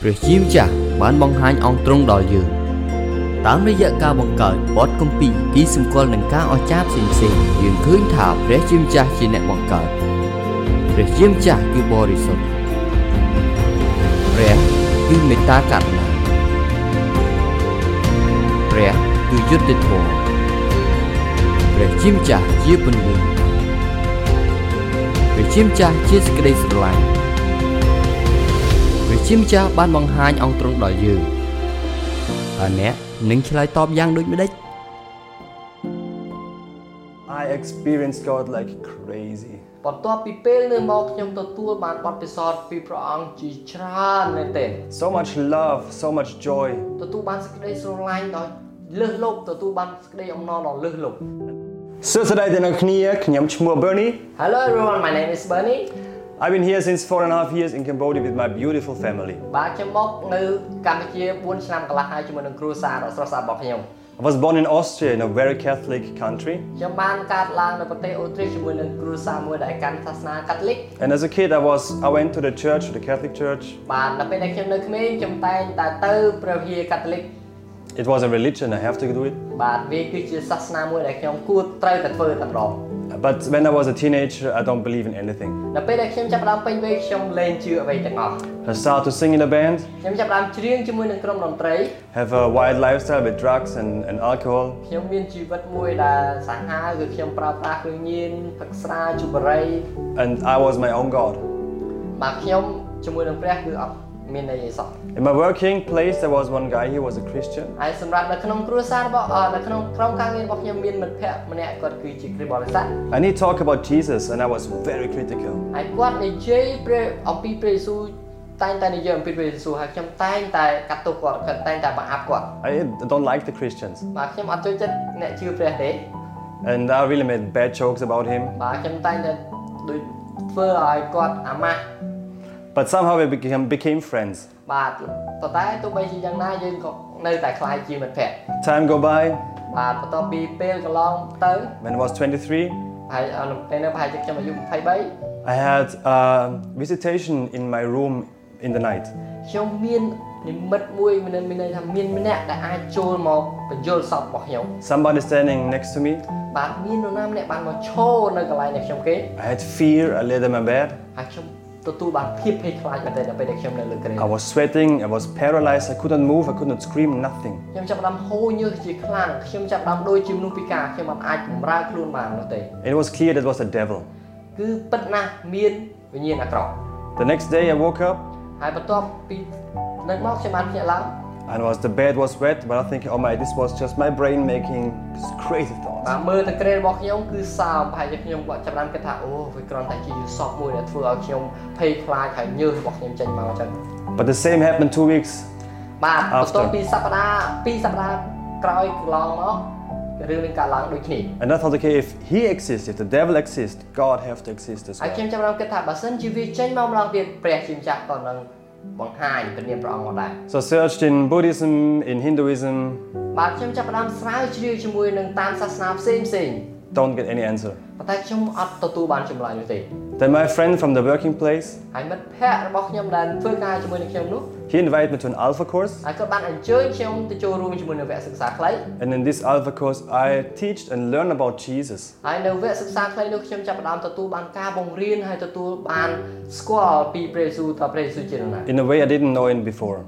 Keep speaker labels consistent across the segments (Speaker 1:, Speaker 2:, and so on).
Speaker 1: ព្រះជាម្ចាស់បានបង្ហាញអង្គទ្រង់ដល់យើង តាមរយៈការបង្កើតបទគម្ពីរគីសម្គាល់នឹងការអស្ចារ្យផ្សេងៗយើងឃើញថាព្រះជាម្ចាស់ជាអ្នកបង្កើតព្រះជាម្ចាស់គឺបរិសុទ្ធព្រះគឺមេត្តាករុណាព្រះគឺយុត្តិធម៌ព្រះជាម្ចាស់ជាពន្លឺព្រះជាម្ចាស់ជាសេចក្តីស្រឡាញ់ព្រះជាម្ចាស់បានបង្ហាញអង្គទ្រង់ដល់យើងហើយអ្នកនឹងឆ្លើយតបយ៉ាងដូចម្តេច
Speaker 2: I experienced God like crazy.
Speaker 3: បន្ទាប់ពីពេលនៅមកខ្ញុំទទួលបានបទពិសោធន៍ពីព្រះអង្គជាច្រើនមែនទែន
Speaker 2: So much love, so much joy.
Speaker 3: ទទួលបានសេចក្តីស្រឡាញ់ដ៏លើសលប់ទទួលបានសេចក្តីអំណរដ៏លើសលប់
Speaker 2: So today, Bernie.
Speaker 3: Hello everyone my name is Bernie
Speaker 2: I've been here since four and a half years in Cambodia with my beautiful family.
Speaker 3: បាទខ្ញុំមកនៅកម្ពុជា4ឆ្នាំកន្លះហើយជាមួយនឹងគ្រួសារដ៏ស្រស់ស្អាតរបស់ខ្ញុំ
Speaker 2: I was born in Austria in a very Catholic country.
Speaker 3: ខ្ញុំបានកើតឡើងនៅប្រទេសអូស្ទ្រីកជាមួយនឹងគ្រួសារមួយដែលកាន់សាសនាកាតូលិក
Speaker 2: And as a kid, I was I went to the church, the Catholic church.
Speaker 3: បាទនៅពេលដែលខ្ញុំនៅក្មេងខ្ញុំតែងតែទៅព្រះវិហារកាតូលិក
Speaker 2: It was a religion, I have to do it.
Speaker 3: បាទវាគឺជាសាសនាមួយដែលខ្ញុំគួរត្រូវតែធ្វើតែម្ដង
Speaker 2: But when I was a teenager, I don't believe in anything.
Speaker 3: នៅពេលដែលខ្ញុំចាប់ផ្ដើមពេញវ័យខ្ញុំលែងជឿអ្វីទាំងអស់
Speaker 2: I started to sing in a band,
Speaker 3: ខ្ញុំចាប់ផ្ដើមច្រៀងជាមួយនឹងក្រុមតន្ត្រី
Speaker 2: have a wild lifestyle with drugs and, and alcohol.
Speaker 3: ខ្ញុំមានជីវិតមួយដែលសាហាវគឺខ្ញុំប្រើប្រាស់គ្រឿងញៀនផឹកស្រាជូបរី
Speaker 2: And I was my own God.
Speaker 3: បាទខ្ញុំជាមួយនឹងព្រះគឺអត់មានន័យអីសោះ
Speaker 2: In my working place, there was one guy, he was a Christian.
Speaker 3: ហើយសម្រាប់នៅក្នុងគ្រួសាររបស់អ่าនៅក្នុងក្រុមការងាររបស់ខ្ញុំមានមិត្តភ័ក្តិម្នាក់គាត់គឺជាគ្រីស្ទបរិស័ទ
Speaker 2: And he talked about Jesus, and I was very critical.
Speaker 3: ហើយគាត់និយាយព្រះអំពីព្រះយេស៊ូវតែងតែនិយាយអំពីព្រះយេស៊ូវហើយខ្ញុំតែងតែកាត់ទោសគាត់គាត់តែងតែបង្អាប់គាត់
Speaker 2: I don't like the Christians.
Speaker 3: បាទខ្ញុំអត់ចូលចិត្តអ្នកជឿព្រះទេ
Speaker 2: And I really made bad jokes about him.
Speaker 3: បាទខ្ញុំតែងតែដូចធ្វើឲ្យគាត់អាម៉ាស់
Speaker 2: But somehow we became, became friends.
Speaker 3: បាទប៉ុន្តែទោះបីជាយ៉ាងណាយើងក៏នៅតែខ្លាយជាមិត្តភ័ក្តិ
Speaker 2: Time go by.
Speaker 3: បាទបន្ទាប់ពីពេលកន្លងទៅ
Speaker 2: When I was 23,
Speaker 3: ហើយអឺពេលនៅប្រហែលជាខ្ញុំអាយុ23
Speaker 2: I had a visitation in my room in the night.
Speaker 3: ខ្ញុំមាននិមិត្តមួយមានន័យមានន័យថាមានម្នាក់ដែលអាចចូលមកបញ្យលសពរបស់ខ្ញុំ
Speaker 2: Somebody standing next to me.
Speaker 3: បាទមាននរណាម្នាក់បានមកឈរនៅកន្លែងនៃខ្ញុំគេ
Speaker 2: I had fear. I laid in my bed.
Speaker 3: ហើយខ្ញុំទទួលបានភាពភ័យខ្លាចមែនទែនដល់ពេលដែលខ្ញុំនៅលើគ្រែ
Speaker 2: I was sweating. I was paralyzed. I couldn't move. I couldn't scream. Nothing.
Speaker 3: ខ្ញុំចាប់ផ្ដើមហូរញើសជាខ្លាំងខ្ញុំចាប់ផ្ដើមដូចជាមនុស្សពិការខ្ញុំមិនអាចបំរើខ្លួនបាននោះទេ
Speaker 2: It was clear that was the devil.
Speaker 3: គឺពិតណាស់មានវិញ្ញាណអាក្រក់
Speaker 2: The next day I woke up
Speaker 3: ហើយបន្ទាប់ពីនឹងមកខ្ញុំបានភ្ញាក់ឡើង
Speaker 2: and was the bed was wet, but I think, oh my, this was just my brain making crazy thoughts.
Speaker 3: បាទមើលទៅក្រែរបស់ខ្ញុំគឺសើមប្រហែលជាខ្ញុំគាត់ចាប់បានគិតថាអូវាគ្រាន់តែជាយូសបមួយដែលធ្វើឲ្យខ្ញុំភ័យខ្លាចហើយញើសរបស់ខ្ញុំចេញមកអញ្ចឹង
Speaker 2: But the same happened two weeks
Speaker 3: បាទបន្
Speaker 2: After
Speaker 3: ទាប់ពីសប្តាហ៍ពីរសប្តាហ៍ក្រោយកន្លងមករឿងនឹងកើតឡើងដូចគ្នា
Speaker 2: And I thought, okay, if he exists, if the devil exists, God have to exist as
Speaker 3: ហើយ
Speaker 2: well.
Speaker 3: ខ្ញុំចាប់បានគិតថាបើសិនជាវាចេញមកម្ដងទៀតព្រះជាម្ចាស់ក៏នឹងបង្ហាញព្រះនាមព្រះអង្គមកដែរ
Speaker 2: So I searched in Buddhism, in Hinduism,
Speaker 3: បាទខ្ញុំចាប់ផ្ដើមស្រាវជ្រាវជាមួយនឹងតាមសាសនាផ្សេងផ្សេង
Speaker 2: don't get any answer.
Speaker 3: ប៉ុន្តែខ្ញុំអត់ទទួលបានចម្លើយនោះទេ
Speaker 2: Then my friend from the working place,
Speaker 3: ហើយមិត្តភ័ក្តិរបស់ខ្ញុំដែលធ្វើការជាមួយនឹងខ្ញុំនោះ
Speaker 2: he invited me to an alpha course.
Speaker 3: ហើយគាត់បានអញ្ជើញខ្ញុំទៅចូលរួមជាមួយនៅវគ្គសិក្សាខ្លី
Speaker 2: And in this alpha course, I teach and learn about Jesus.
Speaker 3: ហើយនៅវគ្គសិក្សាខ្លីនោះខ្ញុំចាប់ផ្ដើមទទួលបានការបង្រៀនហើយទទួលបានស្គាល់ពីព្រះយេស៊ូវតើព្រះយេស៊ូវជានរណា
Speaker 2: In a way I didn't know him before.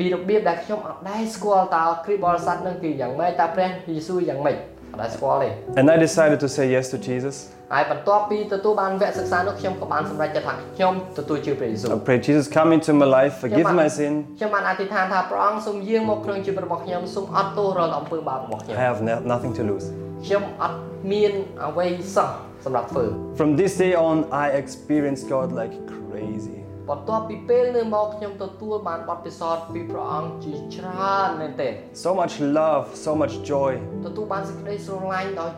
Speaker 3: ពីរបៀបដែលខ្ញុំអត់ដែរស្គាល់តើគ្រីស្ទបរិស័ទនឹងគឺយ៉ាងម៉េចតើព្រះយេស៊ូវយ៉ាងម៉េចអត់ដែរស្គាល់ទេ
Speaker 2: And I decided to say yes to Jesus.
Speaker 3: ហើយបន្ទាប់ពីទទួលបានវគ្គសិក្សានោះខ្ញុំក៏បានសម្រេចចិត្តថាខ្ញុំទទួលជឿព្រះយេស៊ូវ
Speaker 2: I prayed, Jesus, come into my life, forgive my sin.
Speaker 3: ខ្ញុំបានអធិដ្ឋានថាព្រះអង្គសូមយាងមកក្នុងជីវិតរបស់ខ្ញុំសូមអត់ទោសរាល់អំពើបាបរបស់ខ្ញុំ
Speaker 2: I have no- nothing to lose.
Speaker 3: ខ្ញុំអត់មានអ្វីសោះសម្រាប់ធ្វើ
Speaker 2: From this day on, I experienced God like crazy.
Speaker 3: បន្ទាប់ពីពេលនេះមកខ្ញុំទទួលបានបទពិសោធន៍ពីព្រះអង្គជាច្រើនមែនទែន
Speaker 2: So much love, so much joy,
Speaker 3: ទទួលបានសេចក្តីស្រឡាញ់ដ៏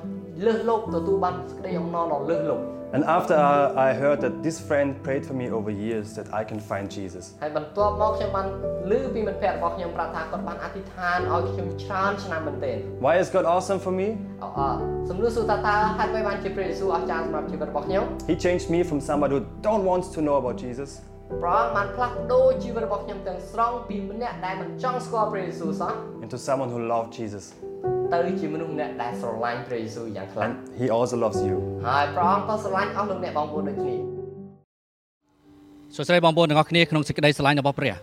Speaker 3: លើសលប់ទទួលបានសេចក្តីអំណរដ៏លើសលប់
Speaker 2: And after I I heard that this friend prayed for me over years that I can find Jesus.
Speaker 3: ហើយបន្ទាប់មកខ្ញុំបានលើពីមិត្តភ័ក្តិរបស់ខ្ញុំប្រាប់ថាគាត់បានអធិដ្ឋានឲ្យខ្ញុំច្រើនឆ្នាំមែនទែន
Speaker 2: Why is God awesome for me?
Speaker 3: អអសំលួរសួរថាតើហេតុអ្វីបានជាព្រះយេស៊ូវអស្ចារ្យសម្រាប់ជីវិតរបស់ខ្ញុំ
Speaker 2: He changed me from somebody who don't want to know about Jesus
Speaker 3: ព្រះអង្គបានផ្លាស់ប្ដូរជីវិតរបស់ខ្ញុំទាំងស្រុងពីម្នាក់ដែលមិនចង់ស្គាល់ព្រះយេស៊ូសោះ
Speaker 2: into someone who loved Jesus.
Speaker 3: ទៅជាមនុស្សម្នាក់ដែលស្រឡាញ់ព្រះយេស៊ូយ៉ាងខ្លាំង
Speaker 2: And He also loves you.
Speaker 3: ហើយព្រះអង្គក៏ស្រឡាញ់អស់លោកអ្នកបងប្អូនដូចគ្នា
Speaker 4: សួស្តីបងប្អូនទាំងអស់គ្នាក្នុងសេចក្តីស្រឡាញ់របស់ព្រះ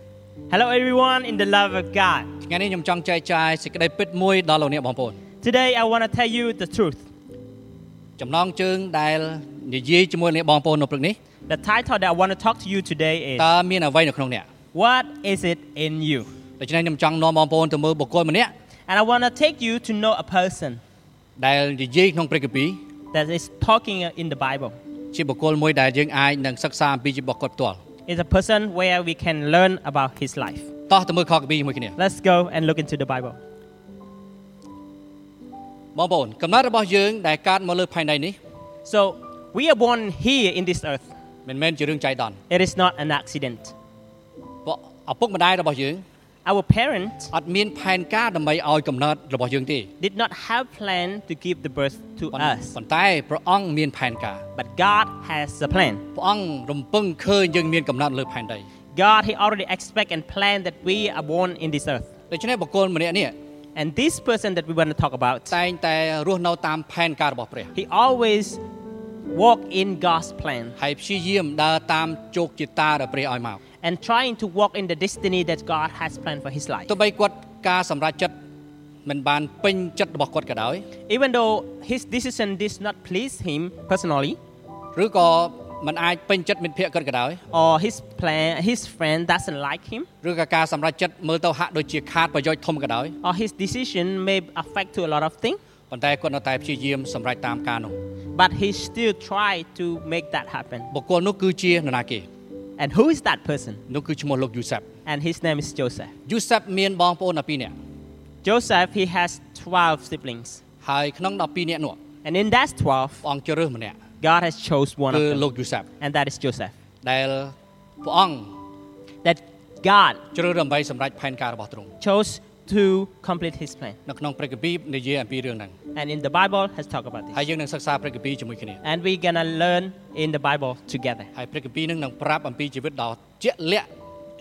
Speaker 5: Hello, everyone, in the love of God.
Speaker 4: ថ្ងៃនេះខ្ញុំចង់ចែកចាយសេចក្តីពិតមួយដល់លោកអ្នកបងប្អូន
Speaker 5: Today, I want to tell you the truth.
Speaker 4: ចំណងជើងដែលនិយាយជាមួយអ្នកបងប្អូននៅព្រឹកនេះ
Speaker 5: The title that I want to talk to you today is
Speaker 4: តើមានអ្វីនៅក្នុងអ្នក
Speaker 5: What is it in you?
Speaker 4: ដូច្នេះខ្ញុំចង់នាំបងប្អូនទៅមើលបុគ្គលម្នាក់
Speaker 5: And I want to take you to know a person
Speaker 4: ដែលនិយាយក្នុងព្រះគម្ពីរ
Speaker 5: that is talking in the Bible.
Speaker 4: ជាបុគ្គលមួយដែលយើងអាចនឹងសិក្សាអំពីជីវិតគាត់ផ្ទាល់
Speaker 5: It's a person where we can learn about his life.
Speaker 4: តោះទៅមើលខគម្ពីរជាមួយគ្នា
Speaker 5: Let's go and look into the Bible.
Speaker 4: បងប្អូនកំណត់របស់យើងដែលកើតមកលើផែនដីនេះ
Speaker 5: So, we are born here in this earth.
Speaker 4: មិនមែនជារឿងចៃដន្យ
Speaker 5: It is not an accident.
Speaker 4: ពួកឪពុកម្ដាយរបស់យើង
Speaker 5: Our parents
Speaker 4: អត់មានផែនការដើម្បីឲ្យកំណត់របស់យើងទេ
Speaker 5: did not have plan to give the birth to
Speaker 4: ប៉ុន
Speaker 5: us,
Speaker 4: ប៉ុន្តែព្រះអង្គមានផែនការ
Speaker 5: but God has a plan.
Speaker 4: ព្រះអង្គរំពឹងឃើញយើងមានកំណត់លើផែនដី
Speaker 5: God, He already expect and plan that we are born in this earth.
Speaker 4: ដូច្នេះបុគ្គលម្នាក់នេះ
Speaker 5: And this person that we want to talk about,
Speaker 4: តែងតែរស់នៅតាមផែនការរបស់ព្រះ
Speaker 5: he always walk in God's plan
Speaker 4: ហើយព្យាយាមដើរតាមជោគជតាដែលព្រះឲ្យមក
Speaker 5: and trying to walk in the destiny that God has planned for his life.
Speaker 4: ទោះបីគាត់ការសម្រេចចិត្តមិនបានពេញចិត្តរបស់គាត់ក៏ដោយ
Speaker 5: Even though his decision did not please him personally,
Speaker 4: ឬក៏មិនអាចពេញចិត្តមិត្តភក្តិគាត់ក៏ដោយ
Speaker 5: or his plan, his friend doesn't like him,
Speaker 4: ឬក៏ការសម្រេចចិត្តមើលទៅហាក់ដូចជាខាតប្រយោជន៍ធំក៏ដោយ
Speaker 5: or his decision may affect to a lot of things,
Speaker 4: ប៉ុន្តែគាត់នៅតែព្យាយាមសម្រេចតាមការនោះ
Speaker 5: but he still try to make that happen.
Speaker 4: បុគ្គលនោះគឺជានរណាគេ
Speaker 5: And who is that person?
Speaker 4: នោះគឺឈ្មោះលោកយូសាប់
Speaker 5: And his name is Joseph.
Speaker 4: យូសាប់មានបងប្អូន12នាក់
Speaker 5: Joseph, he has 12 siblings.
Speaker 4: ហើយក្នុង12នាក់នោះ
Speaker 5: And in that 12,
Speaker 4: ព្រះអង្គជ្រើសម្នាក់
Speaker 5: God has chose one
Speaker 4: គឺ
Speaker 5: of them.
Speaker 4: លោកយូសាប់
Speaker 5: and that is Joseph.
Speaker 4: ដែលព្រះអង្គ
Speaker 5: That God
Speaker 4: ជ្រើសរើសដើម្បីសម្រេចផែនការរបស់ទ្រង់
Speaker 5: chose to complete his plan.
Speaker 4: នៅក្នុងព្រះគម្ពីរនិយាយអំពីរឿងហ្នឹង
Speaker 5: And in the Bible, let's talk about
Speaker 4: ហើយ
Speaker 5: this.
Speaker 4: យើងនឹងសិក្សាព្រះគម្ពីរជាមួយគ្នា
Speaker 5: And we're gonna learn in the Bible together.
Speaker 4: ហើយព្រះគម្ពីរហ្នឹងនឹងប្រាប់អំពីជីវិតដ៏ជាក់លាក់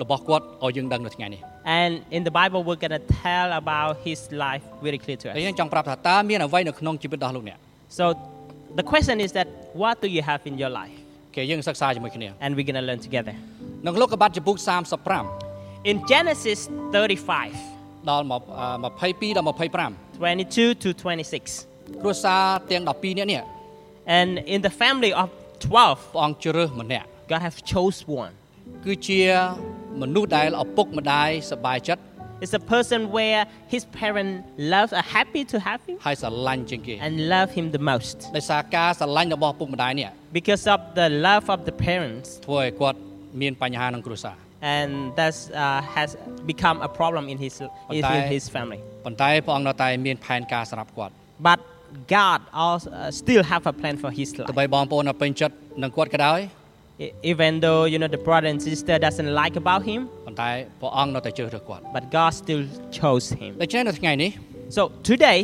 Speaker 4: របស់គាត់ឲ្យយើងដឹងនៅថ្ងៃនេះ
Speaker 5: And in the Bible, we're gonna tell about his life very clear to
Speaker 4: ហើយ
Speaker 5: us.
Speaker 4: យើងចង់ប្រាប់ថាតើមានអ្វីនៅក្នុងជីវិតរបស់លោកអ្នក
Speaker 5: So the question is that what do you have in your life?
Speaker 4: គេយើងសិក្សាជាមួយគ្នា
Speaker 5: And we're gonna learn together.
Speaker 4: នៅលោកកបាត់ចំពុក
Speaker 5: In Genesis 35,
Speaker 4: 35ដល់មកអឺ22ដល់25
Speaker 5: 22 to 26.
Speaker 4: គ្រួសារទាំង12នាក់នេះ
Speaker 5: And in the family of 12,
Speaker 4: ព្រះអង្គជ្រើសម្នាក់
Speaker 5: God have chose one.
Speaker 4: គឺជាមនុស្សដែលឪពុកម្ដាយសប្បាយចិត្ត
Speaker 5: It's a person where his parents love, are happy to have him,
Speaker 4: ហើយស្រឡាញ់ជាងគេ
Speaker 5: and love him the most.
Speaker 4: ដោយសារការស្រឡាញ់របស់ឪពុកម្ដាយនេះ
Speaker 5: because of the love of the parents
Speaker 4: ធ្វើឲ្យគាត់មានបញ្ហាក្នុងគ្រួសារ
Speaker 5: and that uh, has become a problem in his in
Speaker 4: Patay.
Speaker 5: his family
Speaker 4: ប៉ុន្តែព្រះអង្គនៅតែមានផែនការសម្រាប់គាត់
Speaker 5: but god also uh, still have a plan for his
Speaker 4: ទោះ
Speaker 5: life
Speaker 4: បីបងប្អូននៅពេញចិត្តនឹងគាត់ក៏ដោយ
Speaker 5: E- even though you know the brother and sister doesn't like about him
Speaker 4: ប៉ុន្តែព្រះអង្គនៅតែជ្រើសរើសគាត់
Speaker 5: but god still chose him
Speaker 4: ដូច្នេះនៅថ្ងៃនេះ
Speaker 5: so today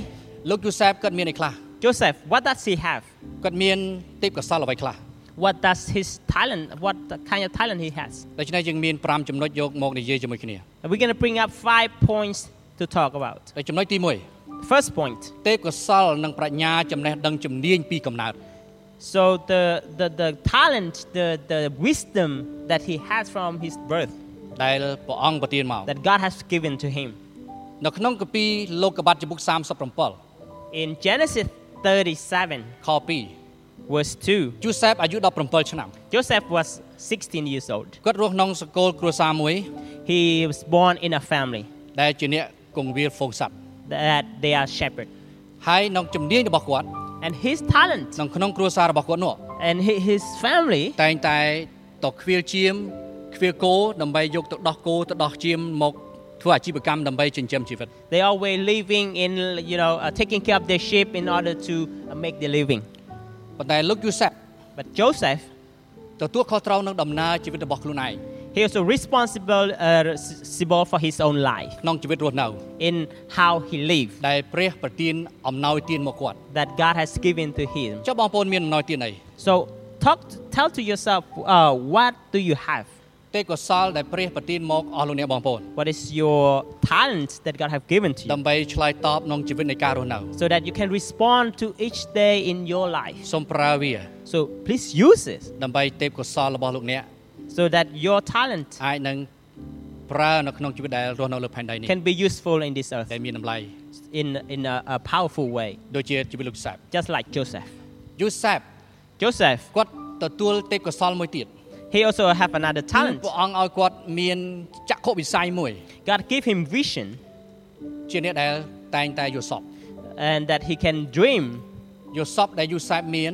Speaker 4: លោកយូសាបគាត់មានអីខ្លះ
Speaker 5: joseph what does he have
Speaker 4: គាត់មានទេពកោសលអ្វីខ្លះ
Speaker 5: what does his talent what kind of talent he has
Speaker 4: ដូច្នេះយើងមាន5ចំណុចយកមកនិយាយជាមួយគ្នា
Speaker 5: And we're going to bring up five points to talk about
Speaker 4: ហើយចំណុចទី
Speaker 5: first point
Speaker 4: 1ទេពកោសលនិងប្រាជ្ញាចំណេះដឹងជំនាញពីកំណើត
Speaker 5: so the the, the talent the, the wisdom that he has from his birth
Speaker 4: ដែលព្រះអង្គប្រទានមក
Speaker 5: that God has given to him.
Speaker 4: នៅក្នុងគម្ពីរលោកកបាត់ចំពុក37
Speaker 5: In Genesis 37,
Speaker 4: ខ2
Speaker 5: verse 2,
Speaker 4: យូសាបអាយុ17ឆ្នាំ
Speaker 5: Joseph was 16 years old.
Speaker 4: គាត់រស់ក្នុងសកលគ្រួសារមួយ
Speaker 5: He was born in a family
Speaker 4: ដែលជាអ្នកគង្វាលហ្វូងសัตว์
Speaker 5: that they are shepherd.
Speaker 4: ហើយក្នុងជំនាញរបស់គាត់
Speaker 5: And his talent
Speaker 4: ក្នុងក្នុងគ្រួសាររបស់គាត់នោះ
Speaker 5: and hi- his family,
Speaker 4: តែងតែតខ្វៀលជាមខ្វៀលគោដើម្បីយកទៅដោះគោទៅដោះជាមមកធ្វើអាជីវកម្មដើម្បីចិញ្ចឹមជីវិត
Speaker 5: they always living in, you know, uh, taking care of their sheep in order to uh, make their living.
Speaker 4: ប៉ុន្តែលោកយូសាប
Speaker 5: But Joseph,
Speaker 4: ទទួលខុសត្រូវនឹងដំណើរជីវិតរបស់ខ្លួនឯង
Speaker 5: he was responsible, uh, responsible for his own life
Speaker 4: ក្នុងជីវិតរស់នៅ
Speaker 5: in how he lived
Speaker 4: ដែលព្រះប្រទានអំណោយទានមកគាត់
Speaker 5: that God has given to him.
Speaker 4: ចុះបងប្អូនមានអំណោយទានអី
Speaker 5: So talk, tell to yourself, uh, what do you have?
Speaker 4: ទេ ទេពកោសលដែលព្រះប្រទានមកអស់លោកអ្នកបងប្អូន
Speaker 5: What is your talent that God have given to you?
Speaker 4: ដើម្បីឆ្លើយតបនឹងជីវិតនៃការរស់នៅ
Speaker 5: So that you can respond to each day in your life.
Speaker 4: សូមប្រើវា
Speaker 5: So please use it
Speaker 4: ដើម្បីទេពកោសលរបស់លោកអ្នក
Speaker 5: so that your talent
Speaker 4: អាចនឹងប្រើនៅក្នុងជីវិតដែលរស់នៅលើផែនដីនេះ
Speaker 5: can be useful in this earth
Speaker 4: ដែលមានតម្លៃ
Speaker 5: in, in a, a powerful way,
Speaker 4: ដូចជាជីវិតលោកយូសាប
Speaker 5: just like Joseph.
Speaker 4: យូសាប
Speaker 5: Joseph,
Speaker 4: គាត់ទទួលទេពកោសលមួយទៀត
Speaker 5: he also have another
Speaker 4: គឺ
Speaker 5: talent.
Speaker 4: ព្រះអង្គឲ្យគាត់មានចក្ខុវិស័យមួយ
Speaker 5: God give him vision
Speaker 4: ជាអ្នកដែលតែងតែយល់សព
Speaker 5: and that he can dream.
Speaker 4: យល់សពដែលយូសាបមាន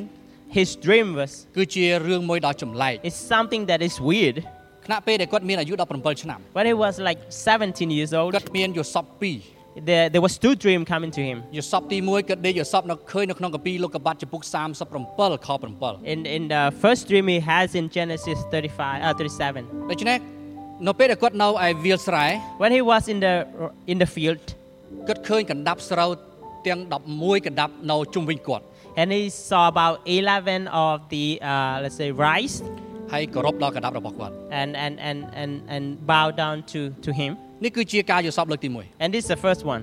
Speaker 5: His dream was
Speaker 4: គឺជារឿងមួយដ៏ចម្លែក
Speaker 5: is something that is weird.
Speaker 4: ខណៈពេលដែលគាត់មានអាយុ17ឆ្នាំ
Speaker 5: When he was like 17 years
Speaker 4: គា
Speaker 5: old,
Speaker 4: ត់មានយល់សព2
Speaker 5: there, there was two dreams coming to him.
Speaker 4: យល់សពទី1គាត់ដេកយល់សពនៅឃើញនៅក្នុងកាពីលោកកបាត់ចំពុក37ខ7
Speaker 5: In, in the first dream he has in Genesis 35, uh, 37.
Speaker 4: ដូច្នេះនៅពេលដែលគាត់នៅឯវាលស្រែ
Speaker 5: When he was in the, in the field
Speaker 4: គាត់ឃើញកណ្ដាប់ស្រូវទាំង11កណ្ដាប់នៅជុំវិញគាត់
Speaker 5: and he saw about 11 of the, uh, let's say, rice
Speaker 4: ហើយគោរពដល់កណ្ដាប់របស់គាត់
Speaker 5: and, and, and, and, and bow down to, to him.
Speaker 4: នេះគឺជាការយល់សពលើកទី
Speaker 5: And this is the first one.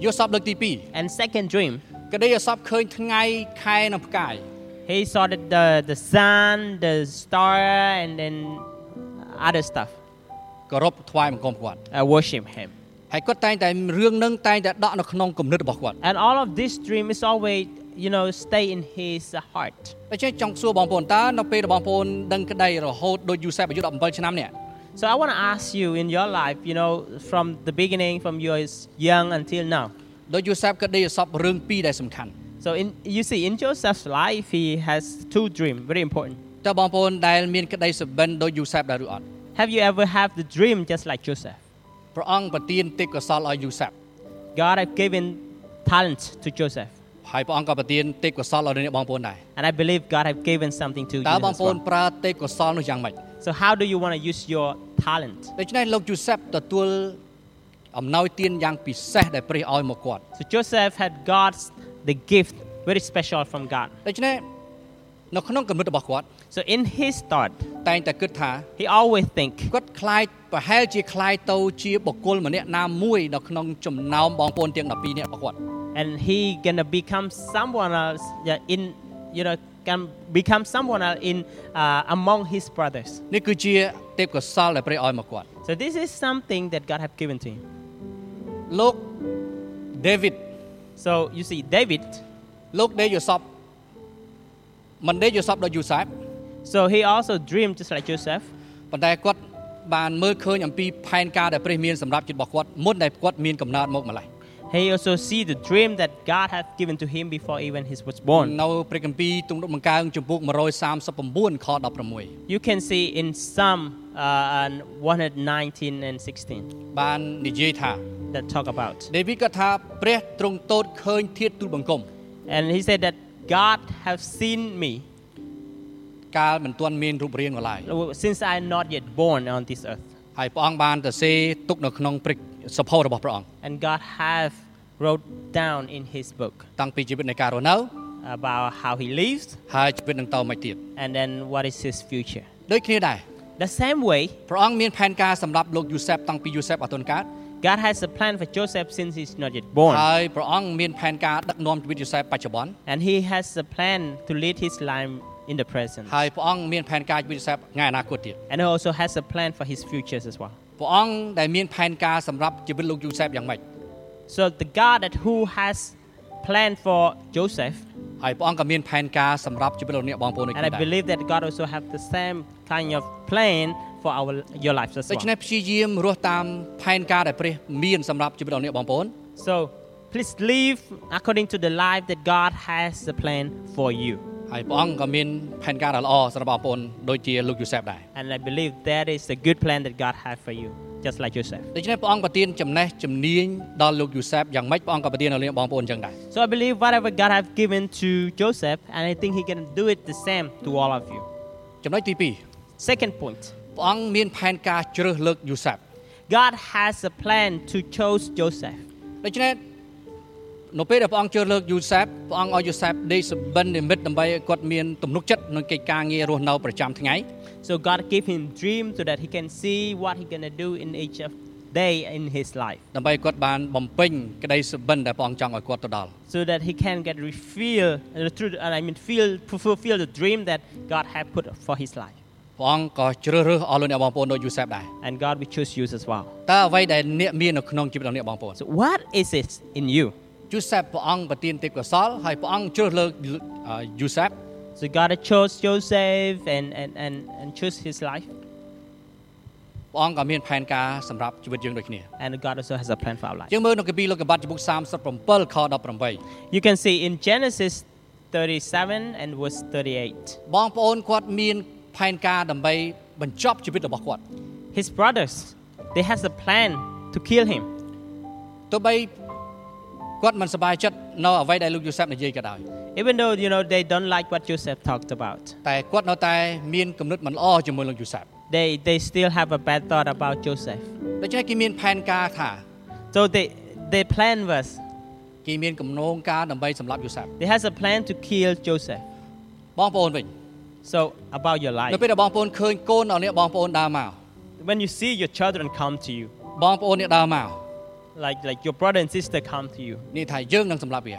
Speaker 4: 1យល់សពលើកទី2
Speaker 5: And second dream,
Speaker 4: គាត់ដេកយល់សពឃើញថ្ងៃខែនិងផ្កាយ
Speaker 5: he saw the, the, the sun, the star, and then other stuff.
Speaker 4: គោរពថ្វាយបង្គំគាត់
Speaker 5: Uh, worship him.
Speaker 4: ហើយគាត់តែងតែរឿងនឹងតែងតែដកនៅក្នុងគំនិតរបស់គាត់
Speaker 5: And all of this dream is always, you know, stay in his uh, heart.
Speaker 4: ដូច្នេះចង់សួរបងប្អូនតើនៅពេលដែលបងប្អូនដឹងក្តីរហូតដូចយូសេបអាយុ17ឆ្នាំនេះ
Speaker 5: So I want to ask you in your life, you know, from the beginning, from you is young until now.
Speaker 4: ដូចយូសេបគាត់ដេកសពរឿងពីរដែលសំខាន់
Speaker 5: So in you see, in Joseph's life, he has two dreams, very important.
Speaker 4: តើបងប្អូនដែលមានក្តីសុបិនដូចយូសេបដែរឬអត់
Speaker 5: Have you ever had the dream just like Joseph?
Speaker 4: ព្រះអង្គប្រទានទេពកោសលឲ្យយូសេប
Speaker 5: God have given talent to Joseph,
Speaker 4: ហើយព្រះអង្គក៏ប្រទានទេពកោសលឲ្យអ្នកបងប្អូនដែរ
Speaker 5: and I believe God have given something to you.
Speaker 4: តើបង
Speaker 5: As
Speaker 4: ប្អូន
Speaker 5: well.
Speaker 4: ប្រើទេពកោសលនោះយ៉ាងម៉េច
Speaker 5: So how do you want to use your talent?
Speaker 4: ដូច្នេះលោកយូសេបទទួលអំណោយទានយ៉ាងពិសេសដែលព្រះឲ្យមកគាត់
Speaker 5: So Joseph had God's the gift very special from God.
Speaker 4: ដូច្នេះនៅក្នុងគំនិតរបស់គាត់
Speaker 5: So in his thought,
Speaker 4: តែងតែគិតថា
Speaker 5: he always think
Speaker 4: គាត់ខ្លាយប្រហែលជាខ្លាយទៅជាបុគ្គលម្នាក់ណាមួយនៅក្នុងចំណោមបងប្អូនទាំង12នាក់របស់គាត់
Speaker 5: and he gonna become someone else yeah, in you know can become someone else in uh, among his brothers.
Speaker 4: នេះគឺជាទេពកោសលដែលព្រះឲ្យមកគាត់
Speaker 5: So this is something that God have given to him.
Speaker 4: លោក David
Speaker 5: So you see David,
Speaker 4: លោកដេកយូសបមិនដេកយូសបដោយយូសាប
Speaker 5: so he also dreamed just like Joseph,
Speaker 4: ប៉ុន្តែគាត់បានមើលឃើញអំពីផែនការដែលព្រះមានសម្រាប់ជីវិតរបស់គាត់មុនដែលគាត់មានកំណើតមកម្ល៉េះ
Speaker 5: He also see the dream that God had given to him before even he was born.
Speaker 4: នៅព្រះគម្ពីរទំនុកបង្កើងចំពុក139ខ16
Speaker 5: You can see in Psalm uh, and 119 and 16
Speaker 4: បាននិយាយថា
Speaker 5: that talk about.
Speaker 4: ដេវីតគាត់ថាព្រះទ្រង់តូតឃើញធាតទូលបង្គំ
Speaker 5: And he said that God have seen me
Speaker 4: កាលមិនទាន់មានរូបរាងឡើយ
Speaker 5: since I am not yet born on this earth.
Speaker 4: ហើយព្រះអង្គបានទៅសេរទុកនៅក្នុងព្រះសភៅរបស់ព្រះអង្គ
Speaker 5: And God have wrote down in his book
Speaker 4: តាំងពីជីវិតនៃការរស់នៅ
Speaker 5: about how he lives
Speaker 4: ហើយជីវិតនឹងតមកទៀត
Speaker 5: and then what is his future.
Speaker 4: ដូចគ្នាដែរ
Speaker 5: The same way,
Speaker 4: ព្រះអង្គមានផែនការសម្រាប់លោកយូសេបតាំងពីយូសេបអត់ទាន់កើត
Speaker 5: God has a plan for Joseph since he's not yet born.
Speaker 4: ហើយព្រះអង្គមានផែនការដឹកនាំជីវិតយូសេបបច្ចុប្បន្ន
Speaker 5: And he has a plan to lead his life in the present.
Speaker 4: ហើយព្រះអង្គមានផែនការជីវិតយូសេបថ្ងៃអនាគតទៀត
Speaker 5: and he also has a plan for his futures as well.
Speaker 4: ព្រះអង្គដែលមានផែនការសម្រាប់ជីវិតលោកយូសេបយ៉ាងម៉េច
Speaker 5: So the God that who has planned for Joseph,
Speaker 4: ហើយព្រះអង្គក៏មានផែនការសម្រាប់ជីវិតលោកអ្នកបងប្អូនដូច
Speaker 5: and I
Speaker 4: គ្នាដែរ
Speaker 5: believe that God also have the same kind of plan for our your lives as
Speaker 4: ដូ
Speaker 5: well.
Speaker 4: ច្នេះព្យាយាមរស់តាមផែនការដែលព្រះមានសម្រាប់ជីវិតលោកអ្នកបងប្អូន
Speaker 5: So please live according to the life that God has a plan for you.
Speaker 4: ហើយព្រះអង្គក៏មានផែនការដ៏ល្អសម្រាប់បងប្អូនដូចជាលោកយូសេបដែរ
Speaker 5: And I believe that is a good plan that God has for you, just like Joseph.
Speaker 4: ដូច្នេះព្រះអង្គប្រទានចំណេះជំនាញដល់លោកយូសេបយ៉ាងម៉េចព្រះអង្គក៏ប្រទានដល់លោកអ្នកបងប្អូនអញ្ចឹងដែរ
Speaker 5: So I believe whatever God has given to Joseph, and I think he can do it the same to all of you.
Speaker 4: ចំណុចទី2
Speaker 5: Second point,
Speaker 4: ព្រះអង្គមានផែនការជ្រើសលើកយូសាប
Speaker 5: God has a plan to choose Joseph.
Speaker 4: ដូច្នេះ នៅពេលដែលព្រះអង្គជ្រើសលើកយូសាបព្រះអង្គឲ្យយូសាបដេកសបិននិមិត្តដើម្បីឲ្យគាត់មានទំនុកចិត្តក្នុងកិច្ចការងាររស់នៅប្រចាំថ្ងៃ
Speaker 5: So God gave him dream so that he can see what he gonna do in each of day in his life,
Speaker 4: ដើម្បីគាត់បានបំពេញក្តីសបិនដែលព្រះអង្គចង់ឲ្យគាត់ទៅដល់
Speaker 5: so that he can get refill uh, through, uh, I mean, feel fulfill the dream that God had put for his life.
Speaker 4: ព្រះអង្គក៏ជ្រើសរើសអស់លោកអ្នកបងប្អូនដូចយូសាបដែរ
Speaker 5: And God will choose you as well.
Speaker 4: តើអ្វីដែលអ្នកមាននៅក្នុងជីវិតរបស់អ្នកបងប្អូន
Speaker 5: So what is it in you?
Speaker 4: យូសាបព្រះអង្គប្រទានទេពកោសលហើយព្រះអង្គជ្រើសលើកអឺយូសាប
Speaker 5: So God chose Joseph and, and, and, and chose his life.
Speaker 4: ព្រះអង្គក៏មានផែនការសម្រាប់ជីវិតយើងដូចគ្នា
Speaker 5: And God also has a plan for our life.
Speaker 4: យើងមើលនៅកាពីលោកកបាត់ចំពុក37ខ18
Speaker 5: You can see in Genesis 37 and verse 38,
Speaker 4: បងប្អូនគាត់មានផែនការដើម្បីបញ្ចប់ជីវិតរបស់គាត់
Speaker 5: his brothers, they has a plan to kill him.
Speaker 4: ទោះបីគាត់មិនសប្បាយចិត្តនៅអ្វីដែលលោកយូសាបនិយាយក៏ដោយ
Speaker 5: Even though, you know, they don't like what Joseph talked about.
Speaker 4: តែគាត់នៅតែមានគំនិតមិនល្អជាមួយលោកយូសាប
Speaker 5: They, they still have a bad thought about Joseph.
Speaker 4: ដូច្នេះគេមានផែនការថា
Speaker 5: So they, their plan was,
Speaker 4: គេមានគំនងការដើម្បីសម្លាប់យូសាប
Speaker 5: they has a plan to kill Joseph.
Speaker 4: បងប្អូនវិញ
Speaker 5: So about your
Speaker 4: នៅ
Speaker 5: life,
Speaker 4: ពេលដែលបងប្អូនឃើញកូនអរអ្នកបងប្អូនដើរមក
Speaker 5: when you see your children come to you,
Speaker 4: បងប្អូនអ្នកដើរមក
Speaker 5: like, like your brother and sister come to you,
Speaker 4: នេះថាយើងនឹងសម្លាប់វា